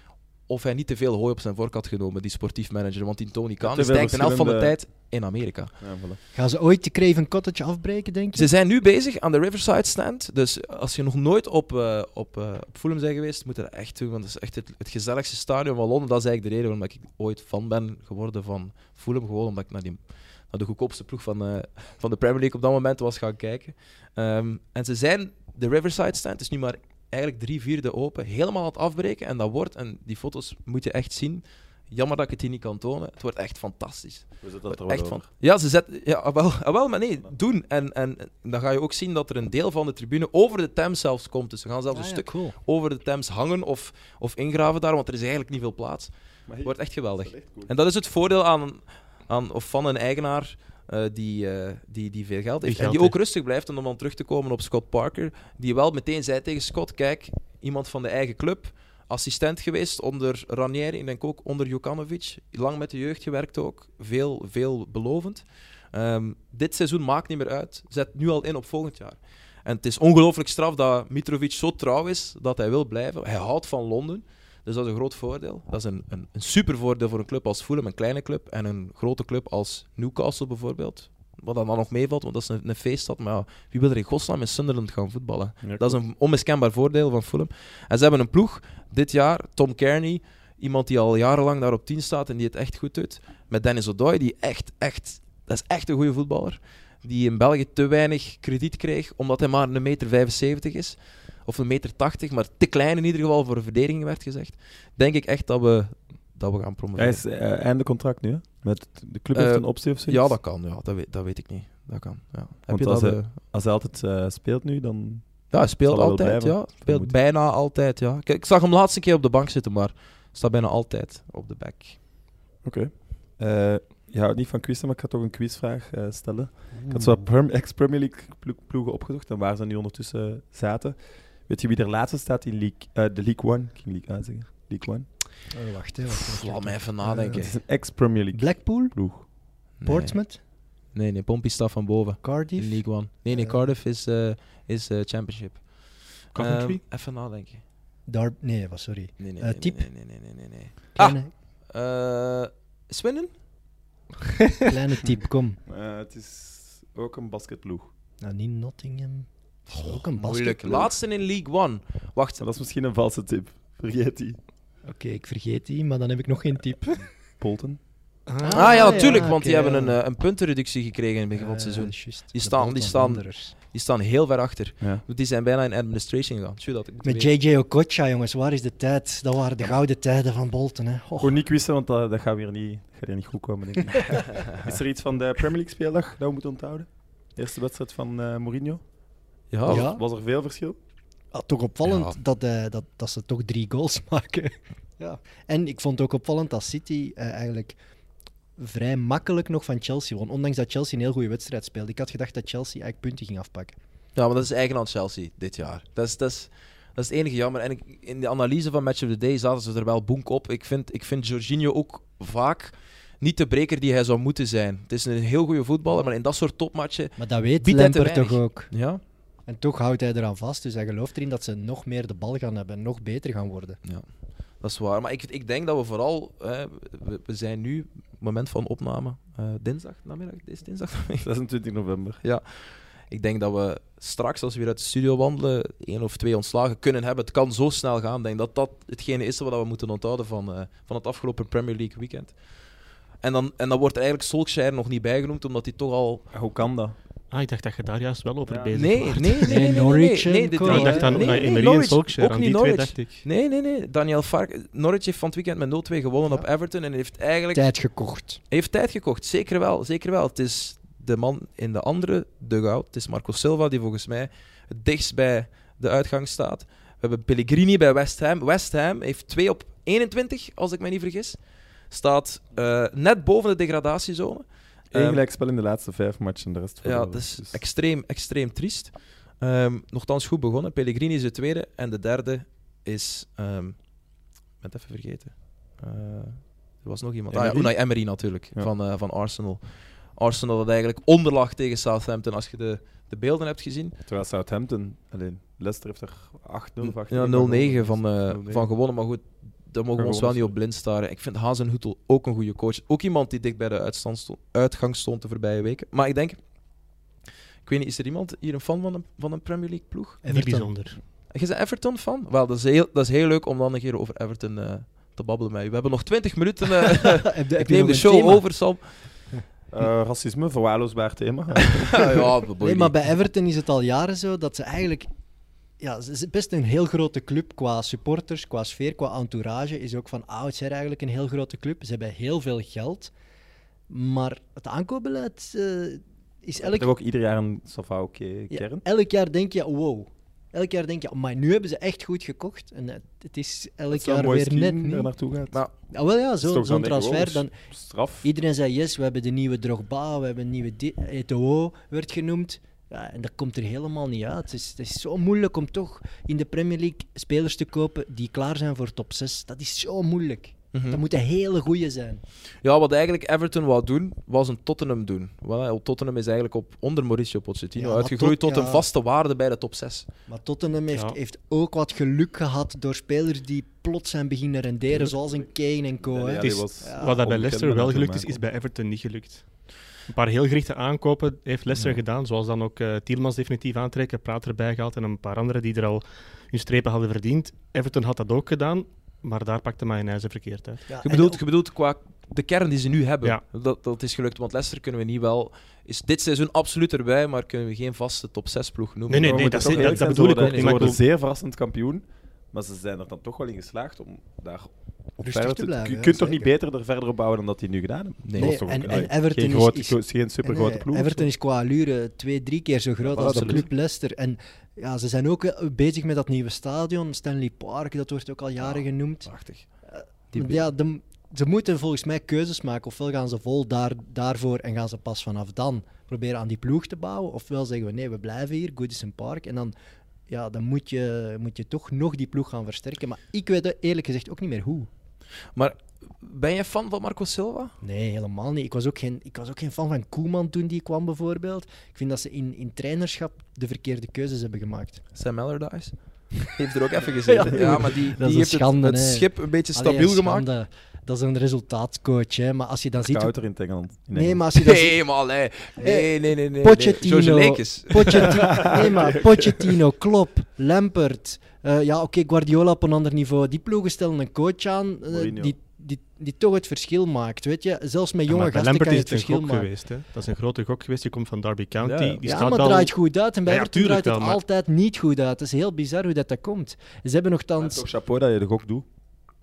of hij niet te veel hooi op zijn vork had genomen, die sportief manager. Want die Tony Khan
Te
is
veel
denk ik een helft van de tijd
verschillende-
in Amerika.
Ja, voilà.
Gaan ze ooit de Craven Cottage afbreken, denk je?
Ze zijn nu bezig aan de Riverside Stand. Dus als je nog nooit op, eh, op, eh, op Fulham bent geweest, moet je dat echt doen. Want dat is echt het, het gezelligste stadion van Londen. Dat is eigenlijk de reden waarom ik ooit fan ben geworden van Fulham. Gewoon omdat ik naar, die, naar de goedkoopste ploeg van, eh, van de Premier League op dat moment was gaan kijken. Ehm, en ze zijn de Riverside Stand, is nu maar eigenlijk drie vierde open, helemaal aan het afbreken. En dat wordt, en die foto's moet je echt zien, Jammer dat ik het hier niet kan tonen. Het wordt echt fantastisch.
We zetten dat er
Het wordt
wel
echt
over.
van. Ja, ze zet, ja ah, wel, ah, wel, maar nee, doen. En, en dan ga je ook zien dat er een deel van de tribune over de Thames zelfs komt. Dus ze gaan zelfs
Ah
een
ja,
stuk
cool.
over de Thames hangen of, of ingraven daar, want er is eigenlijk niet veel plaats. Het wordt echt geweldig.
echt cool.
En dat is het voordeel aan, aan, of van een eigenaar eh, die, eh, die, die veel geld heeft.
Die geld
en die ook
heeft.
rustig blijft. En om dan terug te komen op Scott Parker, die wel meteen zei tegen Scott: Kijk, iemand van de eigen club, assistent geweest onder Ranieri en denk ook onder Jokanovic. Lang met de jeugd gewerkt ook, veel, veel belovend. Ehm, dit seizoen maakt niet meer uit. Zet nu al in op volgend jaar. En het is ongelooflijk straf dat Mitrovic zo trouw is dat hij wil blijven. Hij houdt van Londen. Dus dat is een groot voordeel. Dat is een, een, een super voordeel voor een club als Fulham, een kleine club. En een grote club als Newcastle bijvoorbeeld. Wat dan, dan nog meevalt, want dat is een, een feeststad. Maar ja, wie wil er in godsnaam in Sunderland gaan voetballen? Dat is een onmiskenbaar voordeel van Fulham. En ze hebben een ploeg dit jaar, Tom Kearney, iemand die al jarenlang daar op 10 staat en die het echt goed doet. Met Dennis Odoi, die echt, echt, dat is echt een goede voetballer. Die in België te weinig krediet kreeg, omdat hij maar een meter 75 is. Of een meter 80, maar te klein in ieder geval voor een verdediging werd gezegd. Denk ik echt dat we, dat we gaan promoveren.
Hij is eh, einde contract nu, hè? Met de club heeft
Eh,
een optie of zoiets?
Ja, dat kan. Ja, dat, weet, dat weet ik niet. Dat kan. Ja. Heb
Want
je
als
dat,
hij-
eh,
Als hij altijd eh, speelt nu, dan...
Ja, hij
Zal
speelt
wel
altijd,
blijven,
ja. Speelt
vermoed.
bijna altijd, ja. Ik, ik zag hem laatste keer op de bank zitten, maar staat bijna altijd op de back.
Oké. eh, je houdt niet van quizzen, maar ik ga toch een quizvraag eh, stellen. Ik had
Hmm.
zo Prem- ex-Premier League plo- ploegen opgezocht en waar ze nu ondertussen zaten. Weet je wie er laatste staat in League, eh, de League One? Ik ging League A zeggen. League One.
Oh, wacht even.
Pff, laat me even
Het
nadenken.
is een ex-Premier League
Blackpool,
ploeg.
Nee.
eh, Portsmouth,
Nee, nee, Pompey staat van boven. In
Cardiff.
League One. Nee, nee,
Eh.
Cardiff is, eh, is eh, Championship.
Coventry?
Ehm, even nadenken.
Dar nee, was sorry.
Nee, nee,
Eh,
nee,
type?
nee, nee, nee, nee, nee, nee.
Kleine,
Eh, Swindon?
kleine type, kom.
Eh, het is ook een basketploeg.
Nou, niet Nottingham. Dat is ook een
Moeilijk.
basket.
Laatste in League One. Wacht,
Maar dat is misschien een valse tip. Vergeet die.
Oké, ik vergeet die, maar dan heb ik nog geen type.
Polten.
Ah,
Ah ja, natuurlijk, want die
oké, Eh.
hebben een,
ja.
eh, een puntenreductie gekregen in het begin van het
Ja,
seizoen.
juist.
Die
De
staan-
bal
die
van
staan-
Wanderers.
Die staan heel ver achter.
Ja.
Want Die zijn bijna in administration gegaan. Tjoe, dat ik moet
Met
weten.
JJ Okocha, jongens, waar is de tijd? Dat waren de gouden tijden van Bolton. Hè. Och.
Gewoon niet quizzen, want dat, dat gaat weer niet, gaat hier niet goed komen. Denk ik. is er iets van de Premier League speeldag dat we moeten onthouden? Eerste wedstrijd van eh, Mourinho.
Ja,
Was,
Ja.
was er veel verschil?
Ah, toch opvallend
Ja.
dat, eh, dat, dat ze toch drie goals maken. ja. En ik vond het ook opvallend dat City eh, eigenlijk vrij makkelijk nog van Chelsea won. Ondanks dat Chelsea een heel goede wedstrijd speelde. Ik had gedacht dat Chelsea eigenlijk punten ging afpakken.
Ja, maar dat is eigen aan Chelsea dit jaar. Dat is, dat is, dat is het enige jammer. En ik, in de analyse van Match of the Day zaten ze er wel boenk op. Ik vind, ik vind Jorginho ook vaak niet de breker die hij zou moeten zijn. Het is een heel goede voetballer, maar in dat soort topmatchen...
Maar dat weet
Biedt hij te
Lampert toch
weinig.
ook.
Ja,
En toch houdt hij eraan vast. Dus hij gelooft erin dat ze nog meer de bal gaan hebben. Nog beter gaan worden.
dat is waar. Maar ik, ik denk dat we vooral... hè, we, we zijn nu, moment van opname, eh, dinsdag namiddag. Dit is dinsdag
26 november.
Ik denk dat we straks, als we weer uit de studio wandelen, één of twee ontslagen kunnen hebben. Het kan zo snel gaan. Ik denk dat dat hetgene is wat we moeten onthouden van, eh, van het afgelopen Premier League weekend. En dan, en dan wordt er eigenlijk Solskjaer nog niet bijgenoemd, omdat hij toch al...
Hoe kan dat?
Ah, ik dacht dat je daar juist wel over
Ja.
bezig
Nee, nee,
was.
nee, nee, nee, nee,
Norwich
nee,
en
dit-
Co,
Ja,
Nee,
ik dacht aan
nee,
aan
nee,
Emery en
Norwich.
Solskjaer,
Ook
aan
niet
die twee
Norwich.
dacht ik.
Nee, nee, nee. Daniel Fark... Norwich heeft van het weekend met 0-2 gewonnen op Everton en heeft eigenlijk...
Tijd gekocht.
Heeft tijd gekocht, zeker wel, zeker wel. Het is de man in de andere dugout. Het is Marco Silva die volgens mij het dichtst bij de uitgang staat. We hebben Pellegrini bij West Ham. West Ham heeft 2 op 21, als ik me niet vergis. Staat eh, net boven de degradatiezone.
Eén
Ehm,
gelijkspel in de laatste vijf matchen en de rest
ja,
verloren.
dat is
Dus-
extreem, extreem triest. Ehm nochtans goed begonnen. Pellegrini is de tweede. En de derde is... ehm, ik ben het even vergeten. Eh, er was nog iemand. Ah, ja,
Emery?
Unai Emery natuurlijk,
Ja.
van, eh, van Arsenal. Arsenal dat eigenlijk onderlag tegen Southampton, als je de, de beelden hebt gezien.
Terwijl Southampton, alleen Leicester heeft er 8-0 of 8-1
Ja, 0-9 van, eh,
0-9.
van gewonnen. Maar goed, daar mogen we
Ja,
ons wel
gewonnen.
niet op blind staren. Ik vind Hazenhoetel ook een goede coach. Ook iemand die dicht bij de uitstand sto- uitgang stond de voorbije weken. Maar ik denk... Ik weet niet, is er iemand hier een fan van een, van een Premier League ploeg?
Niet
Everton.
bijzonder.
Je bent Everton fan? Wel, dat is heel, dat is heel leuk om dan een keer over Everton eh, te babbelen met u. We hebben nog 20 minuten. eh
Heb je- heb
ik
je
neem
nog
de
een
show
thema?
over, Sam.
Eh, racisme, verwaarloosbaar thema.
ja, dat boeit
Nee, maar
niet.
bij Everton is het al jaren zo dat ze eigenlijk ja, het is best een heel grote club qua supporters, qua sfeer, qua entourage. Is ook van oudsher eigenlijk een heel grote club. Ze hebben heel veel geld. Maar het aankoopbeleid eh, is
Ik
elk,
heb ook ieder jaar een Safa oké
ja,
kern.
elk jaar denk je, wow. Elk jaar denk je, "Oh, maar nu hebben ze echt goed gekocht. En het, het is elk
Dat zou
jaar
een mooi
weer net
scheme
niet.
er naartoe gaat.
Maar
Ah, wel ja,
is
zo-
toch
zo'n
dan denk ik,
transfer.
wow,
Dan,
Straf.
iedereen zei, yes, we hebben de nieuwe Drogba, we hebben een nieuwe di- Eto'o, werd genoemd. Ja, en dat komt er helemaal niet uit. Het is, het is zo moeilijk om toch in de Premier League spelers te kopen die klaar zijn voor top 6. Dat is zo moeilijk.
Hm.
Mhm.
Dat moeten hele goeie zijn.
Ja, wat eigenlijk Everton wou doen, was een Tottenham doen. Wel, Tottenham is eigenlijk op, onder Mauricio Pochettino
Ja, maar
uitgegroeid
tot-
tot een
ja.
vaste waarde bij de top 6.
Maar Tottenham heeft,
Ja.
heeft ook wat geluk gehad door spelers die plots zijn beginnen renderen, zoals een Kane en
Ja,
co.
die
hè.
is-
was
ja,
Wat dat bij
onbekend
Leicester
met
wel
dat
gelukt is,
toen
is bij Everton niet gelukt. Een paar heel gerichte aankopen heeft Leicester
Ja.
gedaan, zoals dan ook eh Tielmans definitief aantrekken, Praat erbij gehaald en een paar anderen die er al hun strepen hadden verdiend. Everton had dat ook gedaan, maar daar pakte Mayonaise verkeerd uit.
Ja,
Je
en
bedoelt,
ook-
je bedoelt qua de kern die ze nu hebben.
Ja.
Dat, dat is gelukt, want Leicester kunnen we niet wel... Is dit seizoen absoluut erbij, maar kunnen we geen vaste top 6 ploeg
Nee,
noemen.
nee,
Maar we
nee, dat
moeten toch
is- dat-
eerlijk
dat
zijn, ze
bedoel ik
worden-
ook niet,
Ze
maar ik
worden
bedoel-
zeer verrassend kampioen, maar ze zijn er dan toch wel in geslaagd om daar op
Rustig
verder
te blijven,
Je
ja,
kunt toch niet
zeker.
beter er verder op bouwen dan dat die nu gedaan hebben?
Nee.
Dat
Nee,
was toch ook-
en- en
allee,
Everton
geen
is-
grote,
is-
geen supergrote
Nee,
ploeg. dus
eh, Everton is qua allure twee, drie keer zo groot
Ja,
als de
absoluut.
club Leicester. En ja, ze zijn ook wel bezig met dat nieuwe stadion, Stanley Park, dat wordt ook al jaren
Ja.
genoemd.
Prachtig.
Maar ja, de- ze moeten volgens mij keuzes maken. Ofwel gaan ze vol daar, daarvoor en gaan ze pas vanaf dan proberen aan die ploeg te bouwen. Ofwel zeggen we nee, we blijven hier, Goodison Park. En dan, ja, dan moet, je, moet je toch nog die ploeg gaan versterken. Maar ik weet eerlijk gezegd ook niet meer hoe.
Maar ben jij fan van Marco Silva?
Nee, helemaal niet. Ik was ook geen, ik was ook geen fan van Koeman toen die kwam, bijvoorbeeld. Ik vind dat ze in, in trainerschap de verkeerde keuzes hebben gemaakt.
Sam Allardyce? Heeft er ook even gezeten. ja,
Ja.
maar die,
is
die
een
heeft
schande,
het, het
hè.
schip een beetje
Allee,
stabiel gemaakt.
schande. Dat is een resultaatcoach, hè. Maar als je dan ziet... hoe-
Scouter in het Engeland. in
Nee,
Engeland.
maar als je dan ziet...
Nee, maar allee. Nee, nee, nee. nee,
Pochettino.
nee. George Lekes.
Pochettino, nee, maar Pochettino, Klopp, Lampert. eh, ja, oké, Guardiola op een ander niveau. Die ploegen stellen een coach aan eh,
Mourinho.
die, die, die toch het verschil maakt, weet je. Zelfs met
Maar
jonge
bij
gasten
Lampert
kan
is
je
het
het
een
verschil
gok
maken.
geweest. Hè? Dat is een grote gok geweest. Die komt van Derby County.
Ja.
Die
Ja,
staat
ja, maar
wel...
het draait goed uit. En bij
Ja, ja,
Everton
tuurlijk
draait het
wel, maar-
altijd niet goed uit. Het is heel bizar hoe dat, dat komt. Ze hebben
Maar
nogthans...
toch chapeau dat je de gok doet.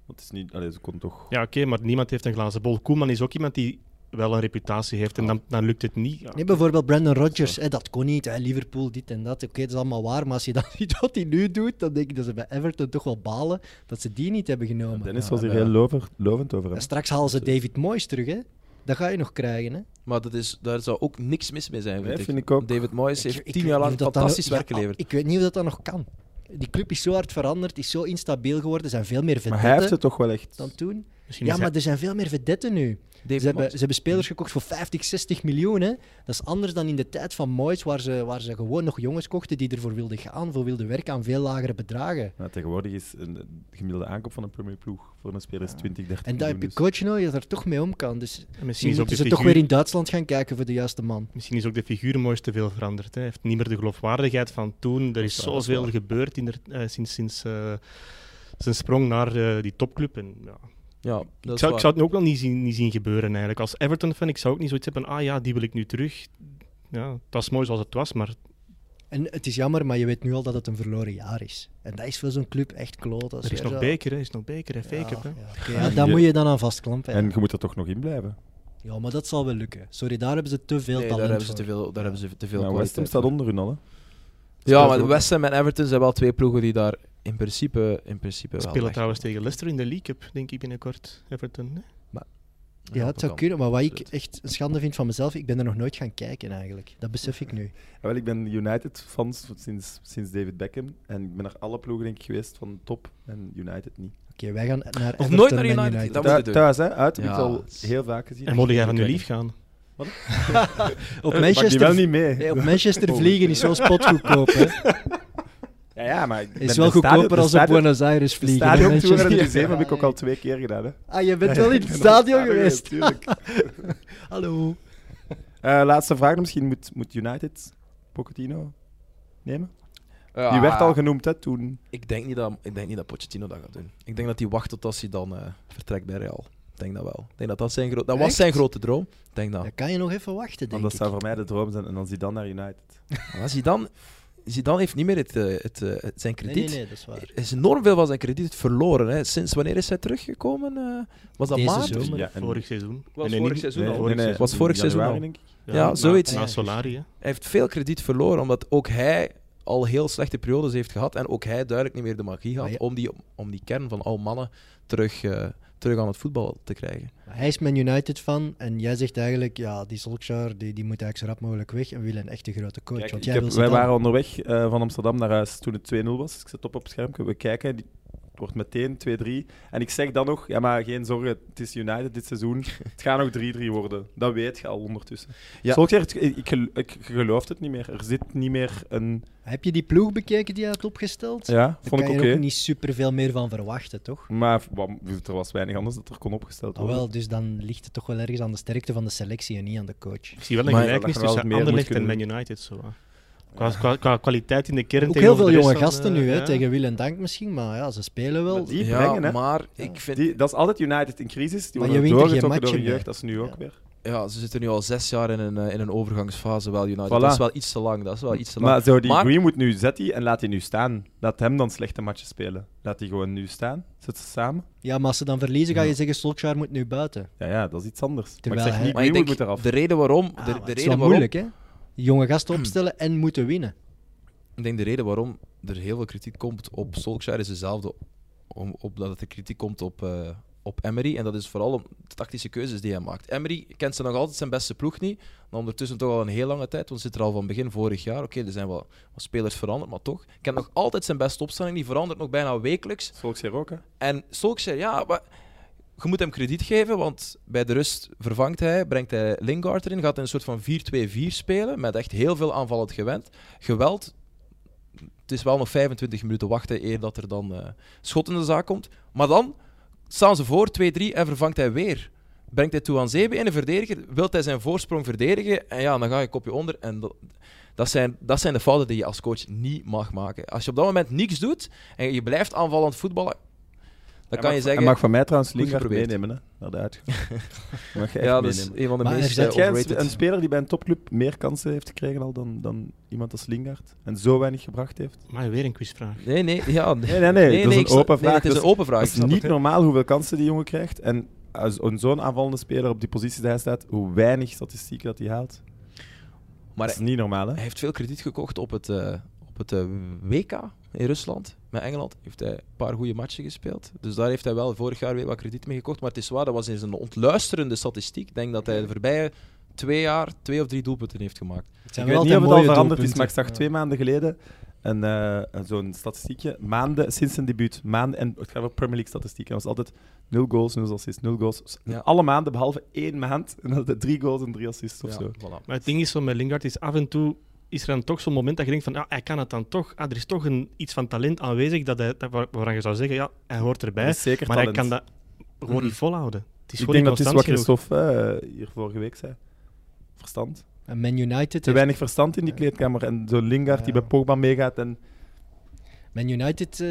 Want het is niet... Allee, ze kon toch...
Ja, oké, maar niemand heeft een glazen bol. Koeman is ook iemand die wel een reputatie heeft en dan, dan lukt het niet. Ja.
Nee, bijvoorbeeld Brandon Rodgers, hè, dat kon niet. Hè, Liverpool, dit en dat. Oké, dat is allemaal waar. Maar als je dan ziet wat hij nu doet, dan denk ik dat ze bij Everton toch wel balen dat ze die niet hebben genomen.
Dennis
Ja,
was hier
maar-
heel lover, lovend over
Ja,
hem.
straks halen ze David Moyes terug, hè? Dat ga je nog krijgen, hè?
Maar dat is, daar zou ook niks mis mee zijn,
Nee,
vind,
vind ik ook.
David Moyes
Ik-
heeft tien
ik weet
jaar
niet
lang
of dat
fantastisch
dan-
werk
ja, ah,
geleverd.
Ik weet niet of dat, dat nog kan. Die club is zo hard veranderd, is zo instabiel geworden. Er zijn veel meer
Maar hij heeft
vedetten
het toch wel echt...
dan toen.
Misschien
Ja,
is hij-
maar er zijn veel meer vedetten nu.
David
Ze hebben,
Moyes.
ze hebben spelers gekocht voor 50, 60 miljoen. Hè. Dat is anders dan in de tijd van Moyes, waar ze, waar ze gewoon nog jongens kochten die ervoor wilden gaan, voor wilden werken aan veel lagere bedragen.
Nou, tegenwoordig is een gemiddelde aankoop van een premier ploeg voor een speler is 20, 30
En daar heb je
miljoen,
coach nodig dat er toch mee om kan. Dus
misschien,
misschien
is ook
moeten
de
ze
figuur,
toch weer in Duitsland gaan kijken voor de juiste man.
misschien is ook de figuur mooi te veel veranderd. Hè. Hij heeft niet meer de geloofwaardigheid van toen. Er is
waar, dat is
zoveel
waar.
gebeurd in de- eh, sinds, sinds eh, zijn sprong naar eh, die topclub. En, ja.
Ja, dat
ik,
is
zou, ik
waar.
zou het nu ook wel niet zien, niet zien gebeuren eigenlijk. Als Everton-fan, ik zou ook niet zoiets hebben ah ja, die wil ik nu terug. Ja, het was mooi zoals het was, maar
En het is jammer, maar je weet nu al dat het een verloren jaar is. En dat is voor zo'n club echt kloot.
er is nog beker, hè, er is nog beker en fake
Ja,
hè.
ja, oké, ja,
Ja,
daar
je-
moet je dan aan
dus.
vastklampen.
En je moet er toch nog in blijven.
Ja, maar dat zal wel lukken. Sorry, daar hebben ze te veel
Nee, daar
talent
hebben ze te
voor.
veel, daar hebben ze te veel
Nou, West
kwaliteit
Ham staat
voor.
onder hun al, hè.
Ja,
Speelt
maar
ook.
West Ham en Everton zijn wel twee ploegen die daar in principe, in principe wel
Spelen
weg-
trouwens tegen Leicester in de League Cup, denk ik binnenkort. Everton, hè.
Ja, het zou kunnen, maar wat ik
Absoluut.
echt een schande vind van mezelf, ik ben er nog nooit gaan kijken eigenlijk. Dat besef ik nu.
Ja, wel, ik ben United-fans sinds, sinds David Beckham. En ik ben naar alle ploegen denk ik, geweest van top en United niet.
Oké, wij gaan
Of
naar Everton
nooit naar
en
United, dat
Thu-
moet je doen.
thuis, hè? Uit heb ik
Ja.
het al heel vaak gezien.
En mogen jij van
Ik
nu
weet
lief gaan.
Op
niet. Pak die wel
Manchester,
niet mee.
nee, op
Oh.
Manchester vliegen is zo spotgoedkoop. Hè.
Ja, ja, maar ik ben
Is
de
wel
stadion-
goedkoper
de
als op
stadion-
Buenos Aires
de
vliegen. hè,
Stadion tour
Manchester.
en het museum heb ik ook al twee keer gedaan. Hè.
Ah, je bent wel in
Ik ben
het
op
stadion geweest.
tuurlijk.
Hallo.
Eh, laatste vraag dan misschien. Moet, moet United Pochettino nemen?
Ja,
Die werd al genoemd hè, toen.
ik, denk niet dat, ik denk niet dat Pochettino dat gaat doen. Ik denk dat hij wacht tot als hij dan eh, vertrekt bij Real. Ik denk dat wel. Ik denk dat dat, zijn gro- dat was
Echt?
zijn grote droom. Ik denk dat.
Dan kan je nog even wachten,
Want
denk
dat
ik.
zou voor mij de droom zijn. En dan zie dan naar United.
Maar Als hij dan... Zidane heeft niet meer het, eh, het, eh, het- zijn
Nee,
krediet.
nee, nee, dat is waar.
Er is enorm veel van zijn krediet verloren. Hè. Sinds wanneer is hij teruggekomen? Eh, was dat
Deze
maart?
zomer.
Ja, en-
vorig seizoen.
Was
nee,
vorig
niet-
seizoen al.
vorig seizoen.
Was vorig seizoen
januari,
al.
denk ik.
Ja,
na-
zoiets.
Na,
Ja.
Solari, hè.
Hij heeft veel krediet verloren, omdat ook hij al heel slechte periodes heeft gehad. En ook hij duidelijk niet meer de magie had
Maar ja.
om, die, om die kern van al mannen terug, eh, terug aan het voetbal te krijgen.
Hij is Man United fan en jij zegt eigenlijk, ja, die Solskjaer die, die moet eigenlijk zo rap mogelijk weg en we willen een echte grote coach.
Kijk,
want
ik
jij
heb-
wil
wij
Zidane.
waren onderweg eh, van Amsterdam naar huis toen het 2-0 was. Ik zit op op het schermpje. We kijken, die, het wordt meteen 2-3. En ik zeg dan nog, ja maar geen zorgen, het is United dit seizoen. Het gaat nog 3-3 worden. Dat weet je al ondertussen.
Ja.
Ja. ik, ik, gel- ik geloof het niet meer. Er zit niet meer een...
Heb je die ploeg bekeken die hij had opgesteld?
Ja,
Daar
vond ik
kan
oké.
je er ook niet superveel meer van verwachten, toch?
Maar wam, er was weinig anders dat er kon opgesteld
Ah,
worden.
wel, dus dan ligt het toch wel ergens aan de sterkte van de selectie en niet aan de coach.
Ik zie wel een
Maar-
gelijkenis
Dat je wel
tussen
meer moet
Anderlecht en Man
kunnen
United. Zo. hè. Qua, qua, qua kwaliteit in de kern
Ook heel
tegenover
veel
de rest
jonge
van,
gasten
eh,
nu, hè,
ja.
tegen wil en dank misschien, maar ja, ze spelen wel.
Maar die
ja,
brengen, hè.
maar ik vind...
Die, dat is altijd United in crisis. Die
Maar je
worden
wint er
doorgetrokken
geen
door
matchen
hun
bij.
jeugd. Dat is nu ook
Ja.
weer.
Ja, ze zitten nu al zes jaar in een, eh, in een overgangsfase wel, United.
Voilà.
Dat is wel iets te lang. Dat is wel iets te lang.
Maar zo die
Maar-
Greenwood nu, zet die en laat die nu staan. Laat hem dan slechte matchen spelen. Laat die gewoon nu staan. Zet ze samen.
Ja, maar als ze dan verliezen, ga je zeggen, Solskjaer moet nu buiten.
Ja, ja, dat is iets anders.
Terwijl
maar ik zeg
hij-
niet,
Maar ik
Greenwood
denk,
moet eraf.
de reden waarom...
Ah,
de, de
maar het is
reden
wel
waarom
moeilijk, hè? Jonge gasten
Hmm.
opstellen en moeten winnen.
Ik denk de reden waarom er heel veel kritiek komt op Solskjaer is dezelfde. Om, op dat er kritiek komt op, eh, op Emery. En dat is vooral om de tactische keuzes die hij maakt. Emery kent ze nog altijd zijn beste ploeg niet. Maar ondertussen toch al een heel lange tijd. Want ze zit er al van begin vorig jaar. Oké, er zijn wel wat spelers veranderd, maar toch. Kent nog altijd zijn beste opstelling. Die verandert nog bijna wekelijks.
Solskjaer ook, hè?
En Solskjaer, ja, maar je moet hem krediet geven, want bij de rust vervangt hij, brengt hij Lingard erin, gaat in een soort van 4-2-4 spelen, met echt heel veel aanvallend gewend. geweld. Het is wel nog 25 minuten wachten eer dat er dan eh, schot in de zaak komt. Maar dan staan ze voor 2-3 en vervangt hij weer. Brengt hij Touanzebe in een verdediger, wilt hij zijn voorsprong verdedigen en ja, dan ga je kopje onder. En dat, dat, zijn, dat zijn de fouten die je als coach niet mag maken. Als je op dat moment niks doet en je blijft aanvallend voetballen, dan kan je zeggen...
Hij mag van mij trouwens
goed
Lingard
geprobeerd.
meenemen, hè? Naar de uitgang. mag jij
Ja,
echt
dat is
meenemen.
een van de
Maar
meest
er
eh,
zijn
Zet jij een,
overrated.
een speler die bij een topclub meer kansen heeft gekregen al dan, dan iemand als Lingard? En zo weinig gebracht heeft?
Maar weer een quizvraag.
Nee, nee, ja.
Nee, nee, nee. dat is
ik
een
sta-
open
nee,
vraag.
het is
Dus
een open vraag.
Het
ik
is
snap
niet
het.
normaal hoeveel kansen die jongen krijgt. En als een zo'n aanvallende speler op die positie die hij staat, hoe weinig statistieken dat hij haalt.
Maar
dat is niet normaal, hè?
Hij heeft veel krediet gekocht op het, eh, op het eh, WK in Rusland. Met Engeland heeft hij een paar goede matchen gespeeld. Dus daar heeft hij wel vorig jaar weer wat krediet mee gekocht. Maar het is waar, dat was eens een ontluisterende statistiek. Ik denk dat hij de voorbije twee jaar twee of drie doelpunten heeft gemaakt.
Het
Ik
zijn
weet
wel
niet of
altijd
het al
mooie
veranderd is,
doelpunten.
maar ik zag
Ja.
twee maanden geleden een, eh, een- zo'n statistiekje. Maanden sinds zijn debuut. Maanden, en het gaat over Premier League statistieken. Dat was altijd 0 goals, 0 assists, 0 goals. Dus
Ja.
Alle maanden, behalve één maand, en dan had hij drie goals en drie assists of
Ja,
zo.
voilà.
Maar het ding is zo met Lingard, is af en toe is er dan toch zo'n moment dat je denkt van, ah, hij kan het dan toch. Ah, er is toch een, iets van talent aanwezig dat hij, dat, waar- waarvan je zou zeggen, ja, hij hoort erbij.
Dat is zeker
maar
talent.
hij kan dat gewoon
Mhm.
niet volhouden. Het is
Ik
gewoon
denk
niet
dat is wat
constant genoeg.
Christophe eh, hier vorige week zei. Verstand.
En Man United,
Te
heeft,
weinig verstand in die kleedkamer. En zo'n Lingard die
Ja.
bij Pogba meegaat en
Man United eh,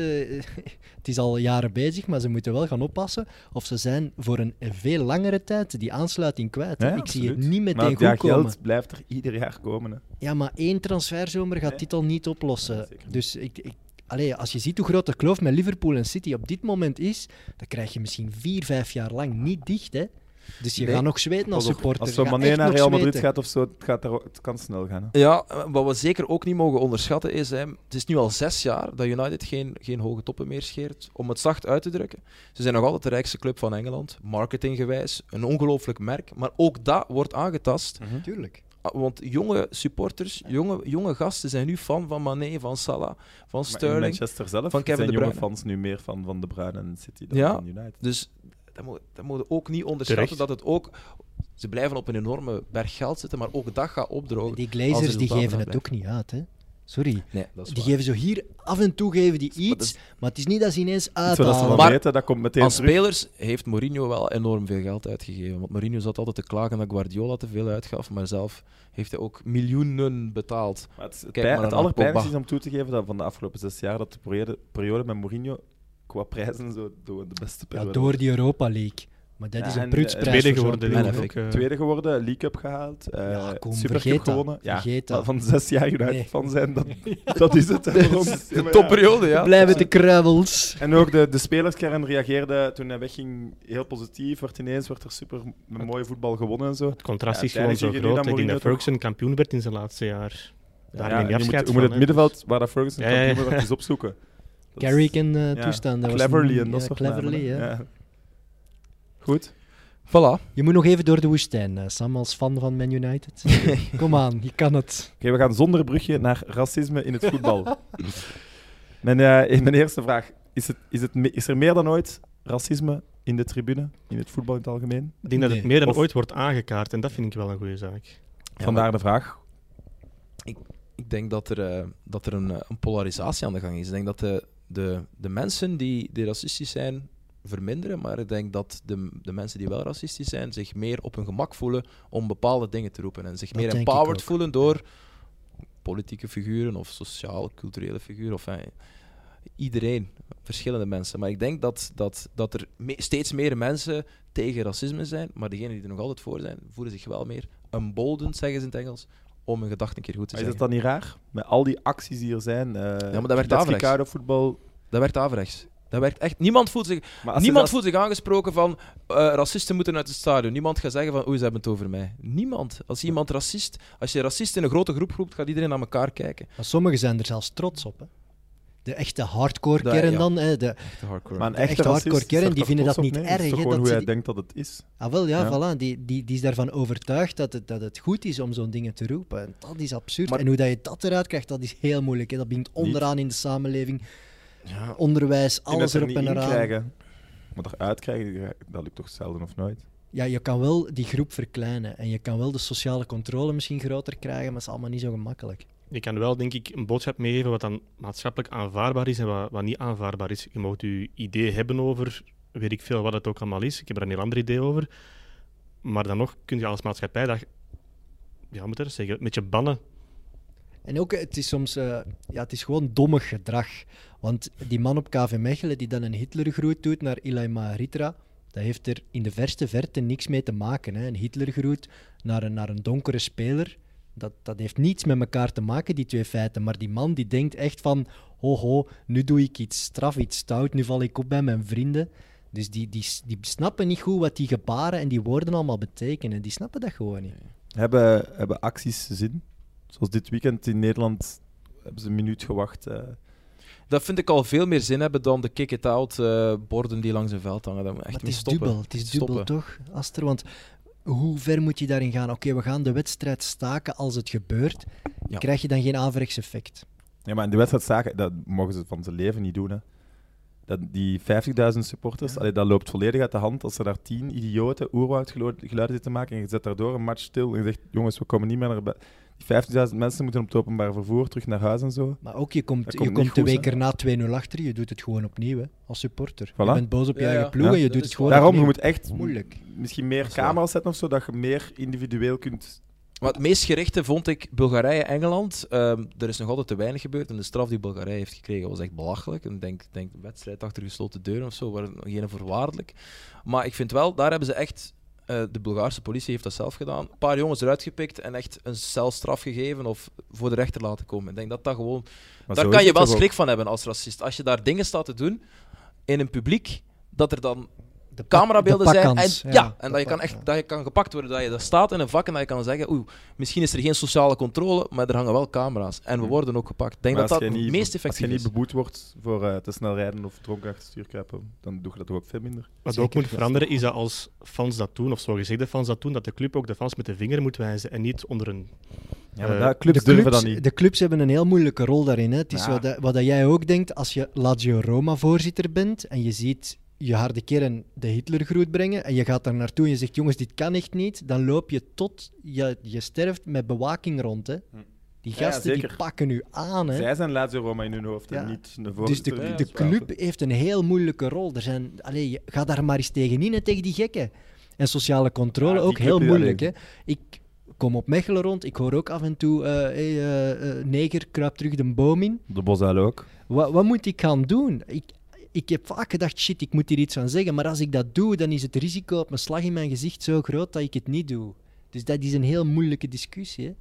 het is al jaren bezig, maar ze moeten wel gaan oppassen of ze zijn voor een veel langere tijd die aansluiting kwijt. hè.
Ja,
ik zie het
absoluut.
niet
maar
meteen
het
goed komen.
geld blijft er ieder jaar komen. Hè.
Ja, maar één transferzomer gaat
Nee.
dit al niet oplossen.
Nee, zeker niet.
dus ik, ik, allee, als je ziet hoe groot de kloof met Liverpool en City op dit moment is, dan krijg je misschien vier, vijf jaar lang niet dicht. Hè? Dus je
Nee.
gaat nog zweten als
Pas op,
supporter.
Als
Je
zo'n
gaat
Mané
echt
naar
nog
Real Madrid
zweten.
gaat of zo, het, gaat er, ook- het kan snel gaan. Hè.
Ja, eh, wat we zeker ook niet mogen onderschatten is, hè, het is nu al zes jaar dat United geen, geen hoge toppen meer scheert. Om het zacht uit te drukken, ze zijn nog altijd de rijkste club van Engeland, marketinggewijs, een ongelooflijk merk. Maar ook dat wordt aangetast
Tuurlijk.
Ah, Want jonge supporters, jonge, jonge gasten zijn nu fan van Mané, van Salah, van
Maar in
Sterling.
Manchester zelf
van Kevin
zijn
De
jonge
Bruyne.
fans nu meer van Van de Bruyne en City dan
Ja.
van United.
Dus dat moet, dat moet je ook niet onderschatten
Terecht.
dat het ook... Ze blijven op een enorme berg geld zitten, maar ook dat gaat opdrogen.
Die
als
Glazers
resultaat
die geven het
blijft.
ook niet uit. Hè? Sorry.
Nee, dat is
Die
waar.
geven zo hier af en toe geven die
Maar dat
iets, maar het is niet Ah, dat ze ineens
Zodat ze
uithalen.
dan
Maar
weten, dat komt meteen
Aan
terug.
spelers heeft Mourinho wel enorm veel geld uitgegeven. Want Mourinho zat altijd te klagen dat Guardiola te veel uitgaf, maar zelf heeft hij ook miljoenen betaald.
Maar het, het,
Kijk
pijn-
maar
het
naar
allerpijnlijkste
Pogba.
is om toe te geven dat van de afgelopen zes jaar dat de periode, periode met Mourinho qua prijzen zo de, de beste
Ja,
periode
door die Europa League. Maar dat
Ja,
is
en,
een
eh,
prutsprijs.
Tweede
voor zo'n
geworden.
ploeg.
denk ik
En
ook, eh.
Tweede geworden, League Cup gehaald, eh
Ja, kom, vergeet
Supercup
dat.
gewonnen. Ja,
Vergeet
maar
dat.
van zes jaar United
Nee.
van zijn, dat, dat is het. hè, voor ons. Ja,
De
maar ja.
topperiode, ja.
Blij met de kruivels.
En ook de, de spelerskern reageerde toen hij wegging heel positief. Werd ineens werd er super met mooie voetbal gewonnen en zo.
Het contrast
Ja,
is gewoon zo
uiteindelijk zie je nu
groot.
dat
Ik denk
Mourinho
dat Ferguson kampioen werd in zijn laatste jaar. Daar neem je
je moet,
afscheid
je moet het
van, hè. dus.
middenveld waar dat Ferguson
Ja, ja, ja.
kampioen werd eens opzoeken. Dat is-
Carrick en
ja,
eh toestand. dat was
Cleverly
een-
en dat
ja,
soort
Cleverly,
namen,
ja.
hè. Ja. Goed.
Voilà.
Je moet nog even door de woestijn, eh, Sam, als fan van Man United. Kom aan, je kan het.
Oké, we gaan zonder brugje naar racisme in het voetbal. mijn, eh, mijn eerste vraag. Is, het, is, het, me- is er meer dan ooit racisme in de tribune, in het voetbal in het algemeen?
Ik denk dat het
Nee.
meer dan
Of-
ooit wordt aangekaart en dat vind ik wel een goede zaak.
Vandaar de vraag.
Ik denk dat er, eh, dat er een, eh, een polarisatie aan de gang is. Ik denk dat de, de, de mensen die, die racistisch zijn verminderen, maar ik denk dat de, de mensen die wel racistisch zijn zich meer op hun gemak voelen om bepaalde dingen te roepen en zich
Dat
meer
denk ik
empowered
ook.
voelen door politieke figuren of sociaal culturele figuren of eh, iedereen, verschillende mensen. Maar ik denk dat, dat, dat er me- steeds meer mensen tegen racisme zijn, maar degenen die er nog altijd voor zijn, voelen zich wel meer emboldened, zeggen ze in het Engels, om hun gedachten een keer goed te
Maar is
zeggen.
dat dan niet raar? Met al die acties die er zijn. eh ja,
maar dat werd averechts.
voetbal.
Dat werkt averechts. Dat werkt echt. Niemand voelt zich,
Maar als je
niemand
dat-
voelt zich aangesproken van eh, racisten moeten uit het stadion. Niemand gaat zeggen van oei, ze hebben het over mij. Niemand. Als iemand racist, als je racist in een grote groep roept, gaat iedereen naar elkaar kijken.
Maar sommigen zijn er zelfs trots op. Hè. De echte hardcore
Dat-
kern
ja.
dan. Hè, de,
Echt hardcore.
Maar een
echte
echte
hardcore
racist is
kern,
er
die vinden
toch
dat
trots op,
niet
nee? Het
erg, hè,
is toch
dat
gewoon hoe
ze
hij
die-
denkt dat het is.
ah wel, ja,
Ja.
voilà. Die, die, die is daarvan overtuigd dat het, dat het goed is om zo'n dingen te roepen. En dat is absurd.
Maar-
En hoe dat je dat eruit krijgt, dat is heel moeilijk. Hè. Dat begint onderaan in de samenleving.
Ja.
Onderwijs,
En
alles
dat er
erop
niet
en
in
eraan.
krijgen. Maar eruit krijgen, dat lukt toch zelden of nooit?
Ja, je kan wel die groep verkleinen. En je kan wel de sociale controle misschien groter krijgen, maar het is allemaal niet zo gemakkelijk.
Je kan wel, denk ik, een boodschap meegeven wat dan maatschappelijk aanvaardbaar is en wat, wat niet aanvaardbaar is. Je mag je idee hebben over, weet ik veel wat het ook allemaal is. Ik heb er een heel ander idee over. Maar dan nog kun je als maatschappij dat, ja, hoe moet ik dat zeggen, een beetje bannen.
En ook, eh, het is soms, eh, ja, het is gewoon dommig gedrag. Want die man op KV Mechelen die dan een Hitlergroet doet naar Ilaima Ritra, dat heeft er in de verste verte niks mee te maken. Hè. Een Hitlergroet naar een, naar een donkere speler, dat, dat heeft niets met elkaar te maken, die twee feiten. Maar die man die denkt echt van, ho ho, nu doe ik iets straf, iets stout, nu val ik op bij mijn vrienden. Dus die, die, die snappen niet goed wat die gebaren en die woorden allemaal betekenen. Die snappen dat gewoon niet.
Hebben, hebben acties zin? Zoals dit weekend in Nederland hebben ze een minuut gewacht. eh.
Dat vind ik al veel meer zin hebben dan de kick-it-out eh, borden die langs een veld hangen. Dat moet echt
Maar
mee
het is
stoppen.
dubbel, het is dubbel
Stoppen.
toch, Aster? Want hoe ver moet je daarin gaan? Oké, we gaan de wedstrijd staken als het gebeurt.
Ja.
Krijg je dan geen averechts effect?
Ja, maar in de wedstrijd zaken, dat mogen ze van zijn leven niet doen. Hè. Dat, die 50.000 supporters, allee, dat loopt volledig uit de hand als er daar tien idioten oerwoudgeluiden zitten te maken en je zet daardoor een match stil en je zegt, jongens, we komen niet meer naar... bu- Die 50.000 mensen moeten op het openbaar vervoer terug naar huis en zo.
Maar ook, je komt,
Dat
je
komt
komt
niet
de
goed,
week
hè?
erna 2-0 achter, je doet het gewoon opnieuw hè, als supporter.
Voilà.
Je bent boos op je
Ja,
eigen
ja.
ploeg en
Ja,
je
dat
doet
is
het gewoon
Daarom, je
opnieuw.
moet echt
Moeilijk.
misschien meer
Dat is waar.
camera's zetten of zo, dat je meer individueel kunt...
Maar het meest gerichte vond ik Bulgarije-Engeland. Ehm, er is nog altijd te weinig gebeurd. En de straf die Bulgarije heeft gekregen was echt belachelijk. En ik denk, ik denk wedstrijd achter gesloten deuren of zo, waren nog geen voorwaardelijk. Maar ik vind wel, daar hebben ze echt. eh, de Bulgaarse politie heeft dat zelf gedaan. Een paar jongens eruit gepikt en echt een celstraf gegeven of voor de rechter laten komen. Ik denk dat dat gewoon.
Maar zo
daar
is
kan je
het
wel
toch ook?
schrik van hebben als racist. Als je daar dingen staat te doen in een publiek, dat er dan
De pak-
camerabeelden
de
zijn. En,
pakkans,
ja,
de
en dat je, kan
pak-
echt, dat je kan gepakt worden, dat je daar staat in een vak en dat je kan zeggen, oeh, misschien is er geen sociale controle, maar er hangen wel camera's. En we
Hm.
worden ook gepakt. Ik denk
Maar
dat
als
dat
jij
het
niet-
meest
Als
effectief
je niet
is.
beboet wordt voor eh, te snel rijden of dronken achter het stuur kruipen, dan doe je dat toch ook veel minder.
Wat
Zeker,
ook moet
ja.
veranderen is dat als fans dat doen, of zogezegde fans dat doen, dat de club ook de fans met de vinger moet wijzen en niet onder een...
Ja,
maar
maar
Eh, daar-
clubs
de,
durven
clubs,
dat niet.
de clubs hebben een heel moeilijke rol daarin. Hè. Het is
Ja.
wat, dat- wat dat jij ook denkt als je Lazio Roma voorzitter bent en je ziet je harde kern de Hitlergroet brengen en je gaat daar naartoe en je zegt jongens dit kan echt niet, dan loop je tot je, je sterft met bewaking rond. Hè. Die
Hm. Ja, ja,
gasten die
zeker.
pakken u aan. Hè.
Zij zijn Lazio Roma in hun hoofd en
Ja.
niet de
Dus de,
voorzitter die
de
het praten.
club heeft een heel moeilijke rol. Er zijn, allee, je- ga daar maar eens tegenin en tegen die gekken. En sociale controle
Ja, die
ook
club
heel
die
moeilijk. Hè.
dat
Ik kom op Mechelen rond, ik hoor ook af en toe: eh hey, eh, eh, Neger, kruip terug de boom in.
De Bosuil ook.
Wat, wat moet ik gaan doen? Ik, ik heb vaak gedacht, shit, ik moet hier iets van zeggen. Maar als ik dat doe, dan is het risico op mijn slag in mijn gezicht zo groot dat ik het niet doe. Dus dat is een heel moeilijke discussie. Hè.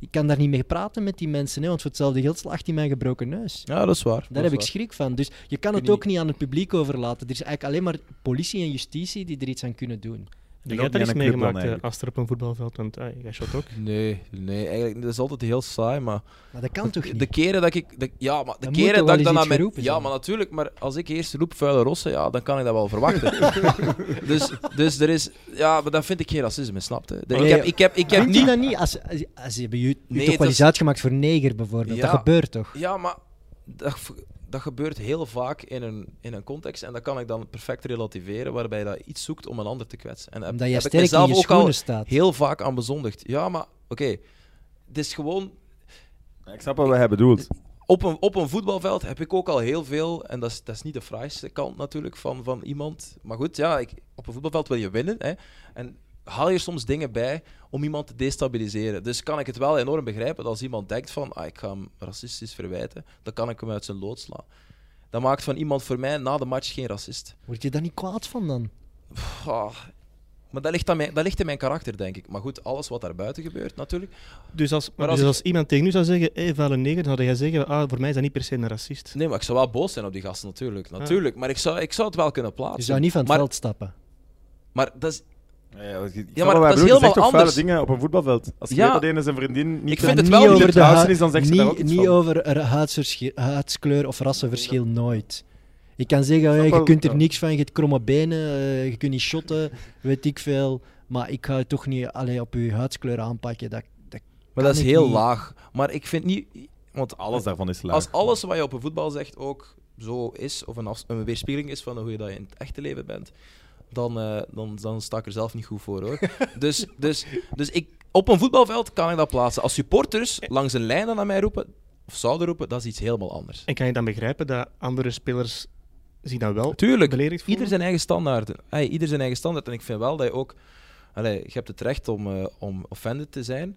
Ik kan daar niet mee praten met die mensen, hè, want voor hetzelfde geld slacht hij mijn gebroken neus.
Ja, dat is waar.
Daar heb ik schrik van. Dus je kan het
Kun je
ook niet aan het publiek overlaten. Er is eigenlijk alleen maar politie en justitie die er iets aan kunnen doen.
Heb
ook
jij daar
niet
iets
aan een club dan
meegemaakt eh,
eigenlijk.
als er op een voetbalveld? Want ah, jij shot ook.
Nee, nee, eigenlijk dat is altijd heel saai, maar
Maar dat kan toch niet?
de keren dat ik dat- ja, maar de
Dan moet er
keren
wel
dat ik
eens
dan
iets
aan mijn
geroepen
ja,
zijn.
maar natuurlijk, maar als ik eerst roep vuile rossen, ja, dan kan ik dat wel verwachten. dus, dus er is ja, maar dat vind ik geen racisme, snapte.
Maar
ik
nee,
heb ik heb ik heb
Vindt u
niet
dat niet? Als, als, als je bij u, u
Nee,
toch
dat
wel
is-
eens uitgemaakt voor neger bijvoorbeeld.
Ja.
Dat gebeurt toch?
ja, maar dat, v- dat gebeurt heel vaak in een, in een context en dat kan ik dan perfect relativeren waarbij je dat iets zoekt om een ander te kwetsen. En dat
Omdat jij
heb ik
sterk in
mezelf
je
ook al
schoenen staat.
heel vaak aan bezondigd. Ja, maar oké. Het is gewoon
Ik snap wat we hebben bedoeld.
op een, op een voetbalveld heb ik ook al heel veel, en dat is, dat is niet de fraaiste kant natuurlijk van, van iemand. Maar goed, ja, ik, op een voetbalveld wil je winnen. Hè, en haal je soms dingen bij om iemand te destabiliseren. Dus kan ik het wel enorm begrijpen dat als iemand denkt van ah, ik ga hem racistisch verwijten, dan kan ik hem uit zijn lood slaan. Dat maakt van iemand voor mij na de match geen racist.
Word je daar niet kwaad van dan?
Pff, ah. Maar dat ligt, aan mijn, dat ligt in mijn karakter, denk ik. Maar goed, alles wat daar buiten gebeurt natuurlijk.
Dus als,
Maar
maar
als
als, dus als iemand tegen u zou zeggen, hé, hey, vuile neger, dan zou jij zeggen, ah, voor mij is dat niet per se een racist.
Nee, maar ik zou wel boos zijn op die gasten, natuurlijk. natuurlijk. Maar ik zou, ik zou het wel kunnen plaatsen.
Je zou niet van het
maar,
veld stappen.
Maar dat is,
Ja, ja, ik- ik snap
maar
wat wij
dat
bedoelen. Je
is
zegt
helemaal
toch vuile
anders.
dingen op een voetbalveld. Als je
Ja.
weet dat een en zijn vriendin niet
Ik vind
eh,
het wel
niet
niet
het huis
hu-
is, dan zegt ze
niet,
daar ook iets
niet
van.
over er huidsverschil- huidskleur of rassenverschil, nooit. Je kan zeggen,
Snap
hey, je
wel,
kunt er
ja.
niks van, je hebt kromme benen, eh, je kunt niet shotten, weet ik veel. Maar ik ga het toch niet alleen op je huidskleur aanpakken. Dat, dat
Maar
kan
dat is
ik
heel
niet.
laag. Maar ik vind niet. Want
Alles
alles,
daarvan is laag.
als alles wat je op een voetbal zegt ook zo is, of een, afs- een weerspiegeling is van hoe je dat in het echte leven bent, dan, eh, dan, dan sta ik er zelf niet goed voor hoor. dus dus, dus ik, op een voetbalveld kan ik dat plaatsen. Als supporters langs een lijn dan aan mij roepen, of zouden roepen, dat is iets helemaal anders.
En kan je dan begrijpen dat andere spelers zich dan wel
Tuurlijk,
beledigd voelen?
Ieder zijn eigen standaarden. Hey, ieder zijn eigen standaard. En ik vind wel dat je ook... Allee, je hebt het recht om, eh, om offended te zijn.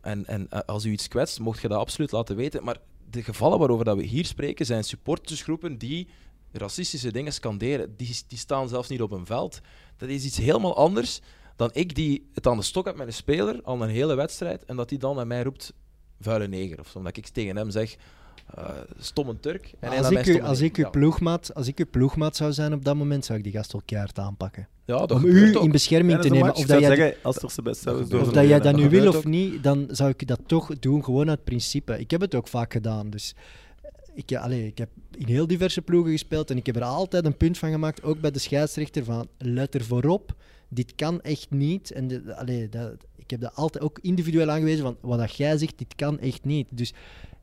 En, en eh, als u iets kwetst, mocht je dat absoluut laten weten. Maar de gevallen waarover dat we hier spreken, zijn supportersgroepen die racistische dingen scanderen. Die, die staan zelfs niet op een veld. Dat is iets helemaal anders dan ik die het aan de stok heb met een speler, aan een hele wedstrijd, en dat die dan naar mij roept, vuile neger. Of zo, omdat ik tegen hem zeg, eh stomme Turk. En
Maar
hij
als,
naar mij
ik u,
stomme
als, ik
neger.
uw ploegmaat, als ik uw ploegmaat zou zijn op dat moment, zou ik die gast wel keihard aanpakken.
ja. Ja, dat
Om
gebeurt
u
ook.
in
Ja,
bescherming
dat
te
is een
nemen.
match.
Of
Ik
dat
zou
jij
zeggen, als er ze best zouden
gebeurt
door
Of
Door
dat jij
verleden.
dat nu
Dat
wil
gebeurt
of niet, dan zou ik dat toch doen, gewoon uit principe. Ik heb het ook vaak gedaan, dus... Ik, ja, allee, ik heb in heel diverse ploegen gespeeld en ik heb er altijd een punt van gemaakt, ook bij de scheidsrechter, van let er voorop, dit kan echt niet. En de, allee, dat, ik heb dat altijd ook individueel aangewezen, van wat dat jij zegt, dit kan echt niet. Dus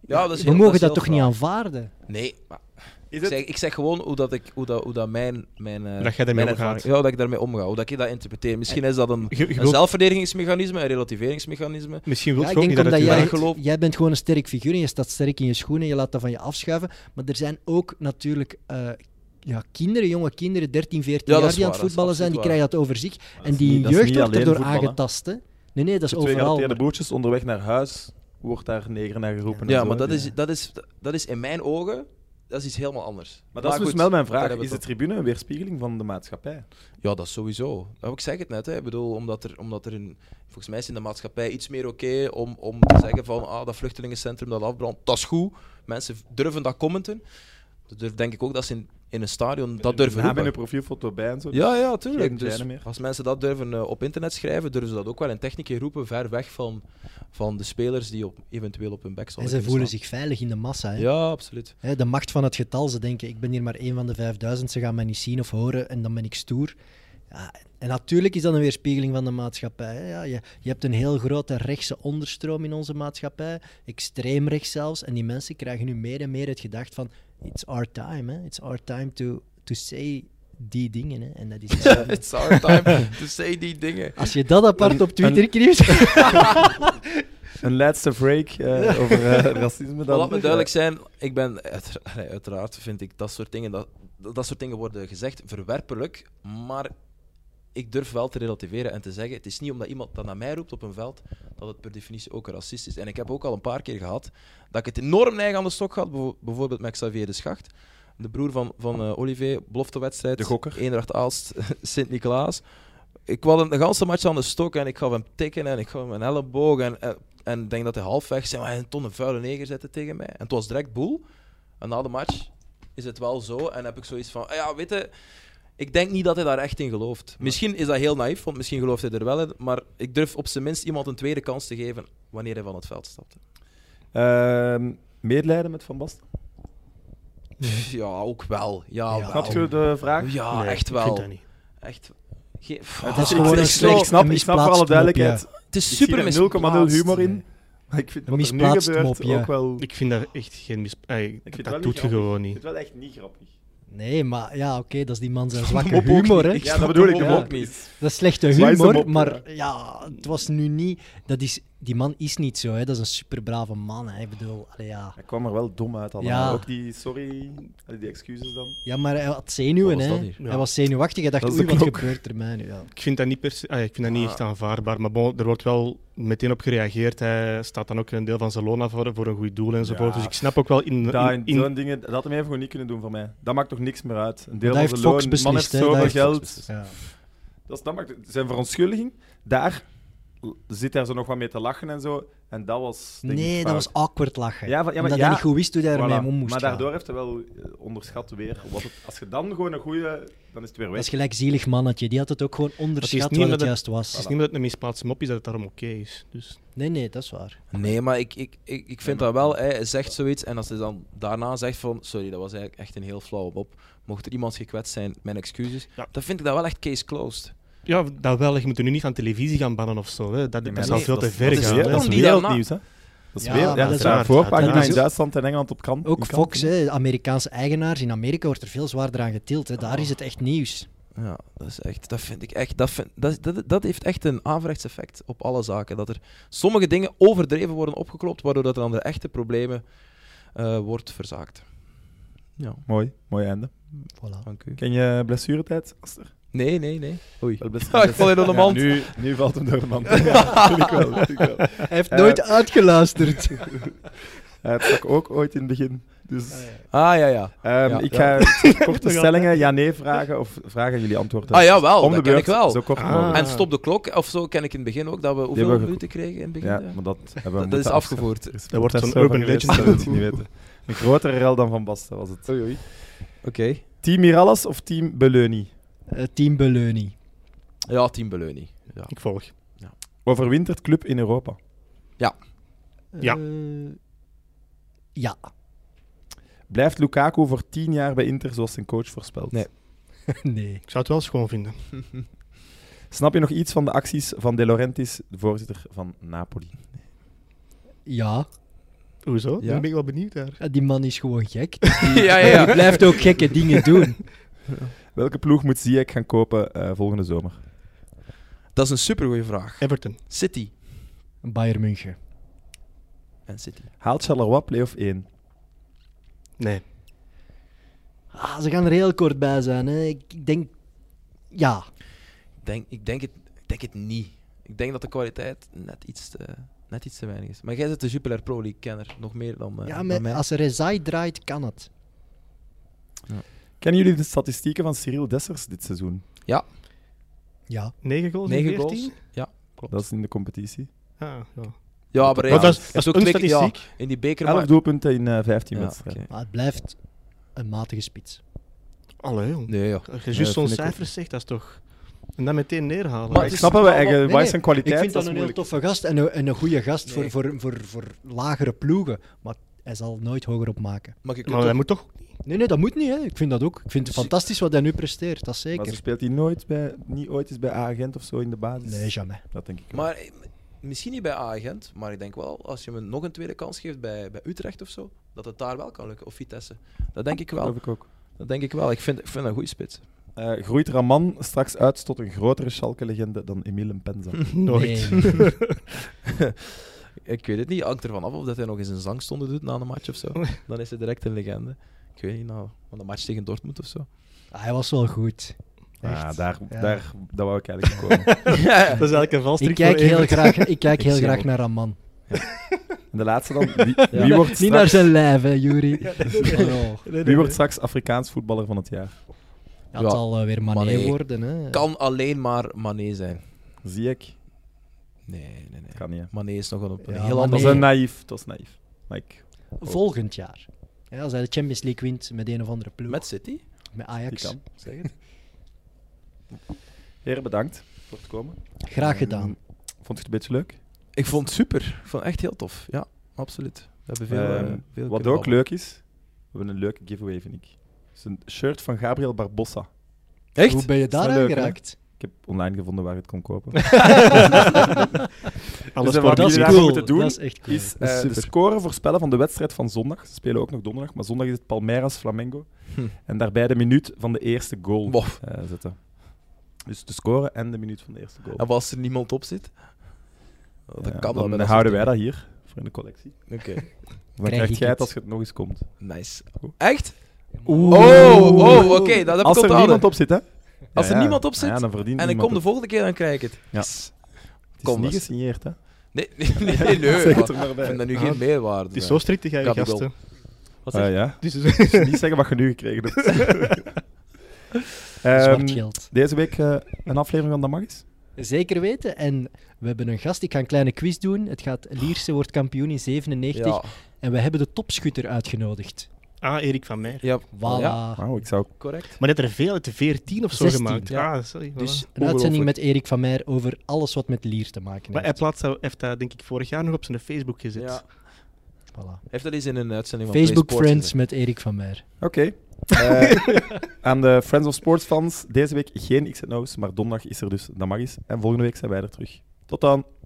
Ja, dat is
we
heel- dat
mogen dat,
is heel
toch niet aanvaarden?
Nee, maar
Is
ik
het-
zeg, ik zeg gewoon hoe dat, ik, hoe dat, hoe dat mijn, mijn, eh,
Dat jij daarmee
mijn
omgaat.
ervaring- Ja, dat ik daarmee omga, hoe dat ik dat interpreteer. Misschien is dat een,
Je- je
een
wilt-
zelfverdedigingsmechanisme, een relativeringsmechanisme.
Misschien wil
Ja,
je
ik
ook niet
denk
dat
omdat
het
jij,
werkt.
werkt. geloof-
jij bent gewoon een sterk figuur en je staat sterk in je schoenen, je laat dat van je afschuiven. Maar er zijn ook natuurlijk eh, ja, kinderen, jonge kinderen, 13, 14
Ja, dat
jaar,
is
die aan
waar,
het
dat is
voetballen zijn, die
absoluut
krijgen dat over zich.
dat
En
is
die
niet- dat is
jeugd
niet
wordt
alleen
erdoor
voetballen.
aangetast. Hè? Nee, nee, dat is
Je twee
overal.
gerelateerde
maar-
broertjes onderweg naar huis, wordt daar neger naar geroepen. en
Ja,
zo,
maar dat
dus-
is, dat, is, dat is in mijn ogen dat is iets helemaal anders.
Maar dat is dus
goed,
wel mijn
daar
vraag.
hebben
Is
we
de
het
tribune een weerspiegeling van de maatschappij?
over. Ja, dat is sowieso. Nou, ik zeg het net, hè. Ik bedoel, omdat er, omdat er in, volgens mij is in de maatschappij iets meer oké om, om te zeggen van ah, dat vluchtelingencentrum dat afbrandt, dat is goed. Mensen durven dat commenten. Dat durf, denk ik ook dat ze in, in een stadion dat durven
Naam in
roepen.
een profielfoto bij en zo.
Ja, ja,
Geen
tuurlijk. Dus
kleine meer.
als mensen dat durven eh, op internet schrijven, durven ze dat ook wel in techniek roepen, ver weg van, van de spelers die op, eventueel op hun bek
En
zouden
ze
kunnen
voelen
staan.
zich veilig in de massa. Hè?
Ja, absoluut.
Hè, de macht van het getal. Ze denken, ik ben hier maar één van de 5000. Ze gaan mij niet zien of horen en dan ben ik stoer. Ja, en natuurlijk is dat een weerspiegeling van de maatschappij. hè. Ja, je, je hebt een heel grote rechtse onderstroom in onze maatschappij. Extreem rechts zelfs. En die mensen krijgen nu meer en meer het gedacht van... It's our time, hè. It's our time to, to say die dingen, hè. En dat is...
It's our time to say die dingen.
Als je dat apart op Twitter krijgt...
Een laatste break eh, over eh, racisme.
Maar
Dan.
laat me duidelijk zijn, ik ben, uitera- allee, uiteraard vind ik dat soort dingen, dat, dat soort dingen worden gezegd verwerpelijk, maar ik durf wel te relativeren en te zeggen, het is niet omdat iemand dat naar mij roept op een veld, dat het per definitie ook racist is. En ik heb ook al een paar keer gehad dat ik het enorm neig aan de stok had, bijvo- bijvoorbeeld met Xavier de Schacht. de broer van, van eh, Olivier, beloftewedstrijd.
De gokker.
Eendracht Aalst, Sint-Nicolaas. Ik kwam hem de ganse match aan de stok en ik gaf hem tikken en ik gaf hem een elleboog. En, en, en ik denk dat hij halfweg zei, maar hij een ton een vuile neger zetten tegen mij. En het was direct boel. En na de match is het wel zo. En heb ik zoiets van, "Ah ja, weet je, ik denk niet dat hij daar echt in gelooft. Misschien is dat heel naïef, want misschien gelooft hij er wel in. Maar ik durf op zijn minst iemand een tweede kans te geven wanneer hij van het veld stapt.
Ehm medelijden met Van Basten?
Pff, Ja, ook wel. Ja,
Ja.
wel.
Snap je de vraag?
Ja,
Nee,
echt
Ik vind
wel.
dat niet.
Echt. Ge-
Het
is
Ah,
gewoon
ik
een
vind het zo-
ik
slecht-
snap,
een
ik snap voor alle
misplaatst mop,
duidelijkheid.
Het is
Ik zie
super
er
mis.
0,0 humor in.
Nee.
Maar ik vind
Een
wat er nu
misplaatst
gebeurt
mop, ja.
ook wel... Ik
Ik vind dat echt geen mis... Ey,
vind het wel
dat
niet
doet je
grappig.
gewoon
vind
niet.
het wel echt niet grappig.
Nee, maar ja, oké, dat is die man zijn
De
zwakke
mop ook
humor, hè.
niet. Ja,
snap
dat bedoel
de
ik. De
mop
mop
ook
niet.
Dat is slechte
Zwijs hem
humor,
op, ja.
maar ja, het was nu niet... Dat is, die man is niet zo, hè. Dat is een superbrave man, hè. Ik bedoel, allee, ja.
Hij kwam er wel dom uit allemaal.
Ja.
Ook die sorry, allee, die excuses dan.
ja, maar hij had
Wat
zenuwen,
was dat
hè.
hier?
Ja.
Hij was zenuwachtig. Hij dacht,
Dat is de
oei, wat
klok.
gebeurt er mij nu? Ja.
Ik vind dat niet, per se, ah, ik vind dat niet
Ah.
echt aanvaarbaar. Maar bon, er wordt wel meteen op gereageerd. Hij staat dan ook een deel van zijn loon af voor, voor een goed doel enzovoort.
Ja.
Dus ik snap ook wel in...
Dat,
in, in-
zo'n dingen, dat had hem even gewoon niet kunnen doen voor mij. Dat maakt toch niks meer uit. Een deel
Dat
van
heeft
zijn
Fox
loon, man
beslist,
heeft
hè. Dat
zoveel
heeft
geld.
Fox Ja.
Dat is, dat maakt, zijn verontschuldiging, daar l- zit hij zo nog wat mee te lachen en zo. En dat was. Denk ik,
Nee, dat
fout.
was awkward lachen.
Ja, van- ja, maar
Omdat
ja,
hij niet goed wist hoe hij ermee
Voilà.
om moest
Maar
gaan.
daardoor heeft hij wel eh, onderschat weer. Wat het, als je dan gewoon een goede. dan is het weer
Dat
weg.
is gelijk zielig mannetje. Die had het ook gewoon
niet
onderschat wat
omdat
het
het-
juist was.
Het is niet omdat het een misplaatste mop is dat het daarom oké is. Dus
Nee, nee, dat is waar.
Nee, maar ik, ik, ik, ik vind dat wel. Hij zegt zoiets en als hij dan daarna zegt van... Sorry, dat was eigenlijk echt een heel flauwe bob. Mocht er iemand gekwetst zijn, mijn excuses.
Ja.
Dan vind ik dat wel echt case closed.
ja, dat wel. Je moet er nu niet van televisie gaan bannen of zo. Hè. Dat,
Nee,
dat
maar
zou
nee,
veel
dat
te
is-
ver
is
gaan.
heel-
hè.
Dat is
Om die daarna-
wereldnieuws, hè? Dat is
Ja,
weer,
maar
ja,
dat
dat
is
waar.
is voorpagina
Dat is
in
ook-
Duitsland en Engeland op kan.
Ook
in kan.
Fox, hè, Amerikaanse eigenaars in Amerika wordt er veel zwaarder aan getild. Hè. Daar is het echt nieuws.
Ja, dat is echt... Dat vind ik echt... Dat, vind, dat, dat, dat heeft echt een averechts effect op alle zaken. Dat er sommige dingen overdreven worden opgeklopt, waardoor dat er aan de echte problemen eh, wordt verzaakt. Ja,
Mooi, mooi einde.
Voilà.
dank u.
Ken je blessuretijd? Aster?
Nee, nee, nee.
Oei. Ik
val hier door de mand.
nu, nu valt hem door de mand. Ja, vind ik wel. Vind ik wel.
Hij heeft
Eh,
nooit uitgeluisterd.
Hij had het ook ooit in het begin. Dus,
Ah, ja, ja.
Ehm,
Ja,
ik ga
ja.
korte stellingen, ja-nee vragen of vragen en jullie antwoorden.
Ah, jawel,
Om
dat
de
ken
beurt,
ik wel.
zo kort
Ah.
mogelijk.
En stop de klok, of zo ken ik in het begin ook, dat we
hebben
hoeveel
we-
minuten kregen in het begin.
Ja,
Ja.
maar dat hebben we
Dat, dat is
moeten
afgevoerd.
afschaffen. Er is
Dat wordt
een
zo'n
test over
urban
geweest,
legend.
dat wil je niet weten. Een grotere rel dan Van Basten was het.
Oei, oei. Oké.
Team Mirallas of team Beleuni?
Eh, team Beleuni.
Ja, Team Beleuni. Ja.
Ik volg.
Overwintert club in Europa.
Ja.
Eh, ja.
Blijft Lukaku voor tien jaar bij Inter zoals zijn coach voorspelt?
Nee.
nee.
Ik zou het wel schoon vinden.
Snap je nog iets van de acties van De Laurentiis, de voorzitter van Napoli?
Ja.
Hoezo?
Ja?
Dan ben ik wel benieuwd daar.
Eh, Die man is gewoon gek.
ja, ja,
Die
ja.
blijft ook gekke dingen doen.
Welke ploeg moet Ziyech gaan kopen eh, volgende zomer?
Dat is een supergoeie vraag.
Everton.
City.
Bayern München.
En City.
Haalt Charleroi play-off 1?
Nee.
Ah, ze gaan er heel kort bij zijn. Hè. Ik ik denk... Ja.
Ik Denk, ik, denk het, ik denk het niet. Ik denk dat de kwaliteit net iets te, net iets te weinig is. Maar jij bent de Jupiler Pro League-kenner, nog meer dan, eh,
ja
dan
maar
mij.
als er Rezai draait, kan het.
Kennen jullie de statistieken van Cyril Dessers dit seizoen?
Ja.
9 goals? in
9
14?
goals. Ja, klopt.
Dat is in de competitie.
Ah, ja.
ja, maar hij-
Maar dat is,
hij
dat is
ook
een
twee keer- ja,
statistiek.
in die beker.
11
maar-
doelpunten in eh, 15
Ja,
wedstrijden.
oké.
Maar het blijft een matige spits.
Allee, jong.
Nee, ja.
Als je
dat
juist zo'n
vind ik
cijfer zegt, dat is toch... En dat meteen neerhalen.
Maar
Maar
het
ik
is-
snap dat we
allemaal-
eigenlijk
nee,
waar
nee.
zijn
ik
Eh, kwaliteit
vind dat
is
een heel
moeilijk.
toffe gast en een, en een goede gast
Nee.
voor, voor, voor, voor lagere ploegen. Maar hij zal nooit hoger opmaken.
Maar je kunt
Maar
ook-
dat moet toch...
Nee, nee, dat moet niet. Hè. Ik vind dat ook. Ik vind het
Zie-
fantastisch wat hij nu presteert, dat
Dus Maar ze
zeker.
speelt hij nooit bij, niet ooit eens bij agent of zo in de basis?
Nee, jamais.
Dat denk ik wel.
Maar eh, misschien niet bij A-agent, maar ik denk wel, als je hem nog een tweede kans geeft bij, bij Utrecht of zo, dat het daar wel kan lukken. Of Vitesse. Dat denk ik wel.
geloof ik ook.
Dat denk ik wel. Ik vind, ik vind dat een goede spits.
Eh, groeit Raman straks uit tot een grotere Schalke-legende dan Emile Penza?
Hm.
Nooit.
Nee, nee.
Ik weet het niet. Hangt ervan af of dat hij nog eens een zangstonde doet na een match of zo. Dan is hij direct een legende. Ik weet niet, nou, van de match tegen Dortmund of zo.
Ah, hij was wel goed.
Ah,
Echt.
daar,
Ja.
daar, daar wou ik eigenlijk komen.
Dat is eigenlijk een valstrik
Ik kijk
voor
heel
Evert.
graag, ik kijk
Ik
heel
zie
graag
hem
naar Raman.
En de laatste dan. Wie,
Ja.
wie wordt
Niet naar
straks,
zijn lijf, hè, Juri. Oh,
wie wordt straks Afrikaans voetballer van het jaar?
ja,
Ja,
het zal eh, weer Mané
Mané.
worden. Hè.
Kan alleen maar Mané zijn.
Zie ik.
Nee, nee, nee.
Dat kan niet. hè.
Mané is nog wel op een heel
Ja, Mané.
Dat
ander...
is een naïef. Dat is naïef. Mike,
Volgend jaar. Ja, als hij de Champions League wint met een of andere ploeg.
Met City?
Met
die
Ajax.
kan.
Zeg het.
Heren, bedankt voor het komen.
Graag gedaan.
Ehm, Vond je het een beetje leuk?
Ik vond het super. Ik vond het echt heel tof. Ja, absoluut. We hebben veel,
Ehm,
eh, veel
Wat
kunnen
ook
babbelen.
leuk is, we hebben een leuke giveaway, vind ik. Het is een shirt van Gabriel Barbossa.
Hoe
Echt?
ben je
Dat is
daar
wel leuk,
aangeraakt?
Ik heb online gevonden waar je het kon kopen.
Alles
wat
voor
jullie
Dus dat
dat
is
is
daarvoor
cool.
moeten doen
dat is echt cool.
is
Is...
eh,
is
de
super.
score voorspellen van de wedstrijd van zondag. Ze spelen ook nog donderdag, maar zondag is het Palmeiras Flamengo.
Hm.
En daarbij de minuut van de eerste goal
Wow.
eh, zetten. Dus de score en de minuut van de eerste goal.
En wat als er niemand op zit? Oh, Dat
Ja,
kan wel.
dan
bij dat
houden wij
soort
dat hier voor in de collectie.
dingen. Oké,
Dan
Krijg
krijg,
ik
jij het
het.
als je het nog eens komt.
nice.
Goed.
Echt?
Oeh.
Oh, oh oké. dat heb
Als er
ik onthouden.
niemand op zit, hè?
Als er niemand op
Ah
zit
ja, dan verdient
en ik
niemand
kom de
het.
volgende keer, dan krijg ik het.
Ja.
Yes.
Het is
Kom,
niet
dat is-
gesigneerd, hè?
Nee, nee, nee. nee,
Zeg het er maar
maar Ik
bij.
vind dat nu
Ah,
geen meerwaarde.
Het is zo strikt, die geile
Kan ik wel.
gasten.
Wat zeg
Ah,
je?
ja.
Dus,
Dus niet zeggen wat je nu gekregen hebt. Ehm,
Zwart geld.
deze week eh, een aflevering van Damagis.
Zeker weten. En we hebben een gast. Ik ga een kleine quiz doen. Het gaat Lierse wordt kampioen in 97.
Ja,
En we hebben de topschutter uitgenodigd.
ah, Erik van Meijer.
ja,
Voilà.
ja,
Wauw, ik zou
correct.
Maar net er veel uit de 14 of zo
16,
gemaakt.
ja.
Ah, sorry. voilà.
Dus een
Ongelooflijk.
uitzending met Erik van Meijer over alles wat met Lier te maken
maar hij
heeft.
plaatst, dat- heeft dat denk ik vorig jaar nog op zijn Facebook gezet.
Ja.
Voilà.
Heeft dat eens in een uitzending van
Facebook
Play Sports
Friends met Erik van Meijer.
Oké. Eh, aan de Friends of Sports fans, deze week geen XNO's, maar donderdag is er dus Damaris. En volgende week zijn wij er terug. Tot dan.
gezet?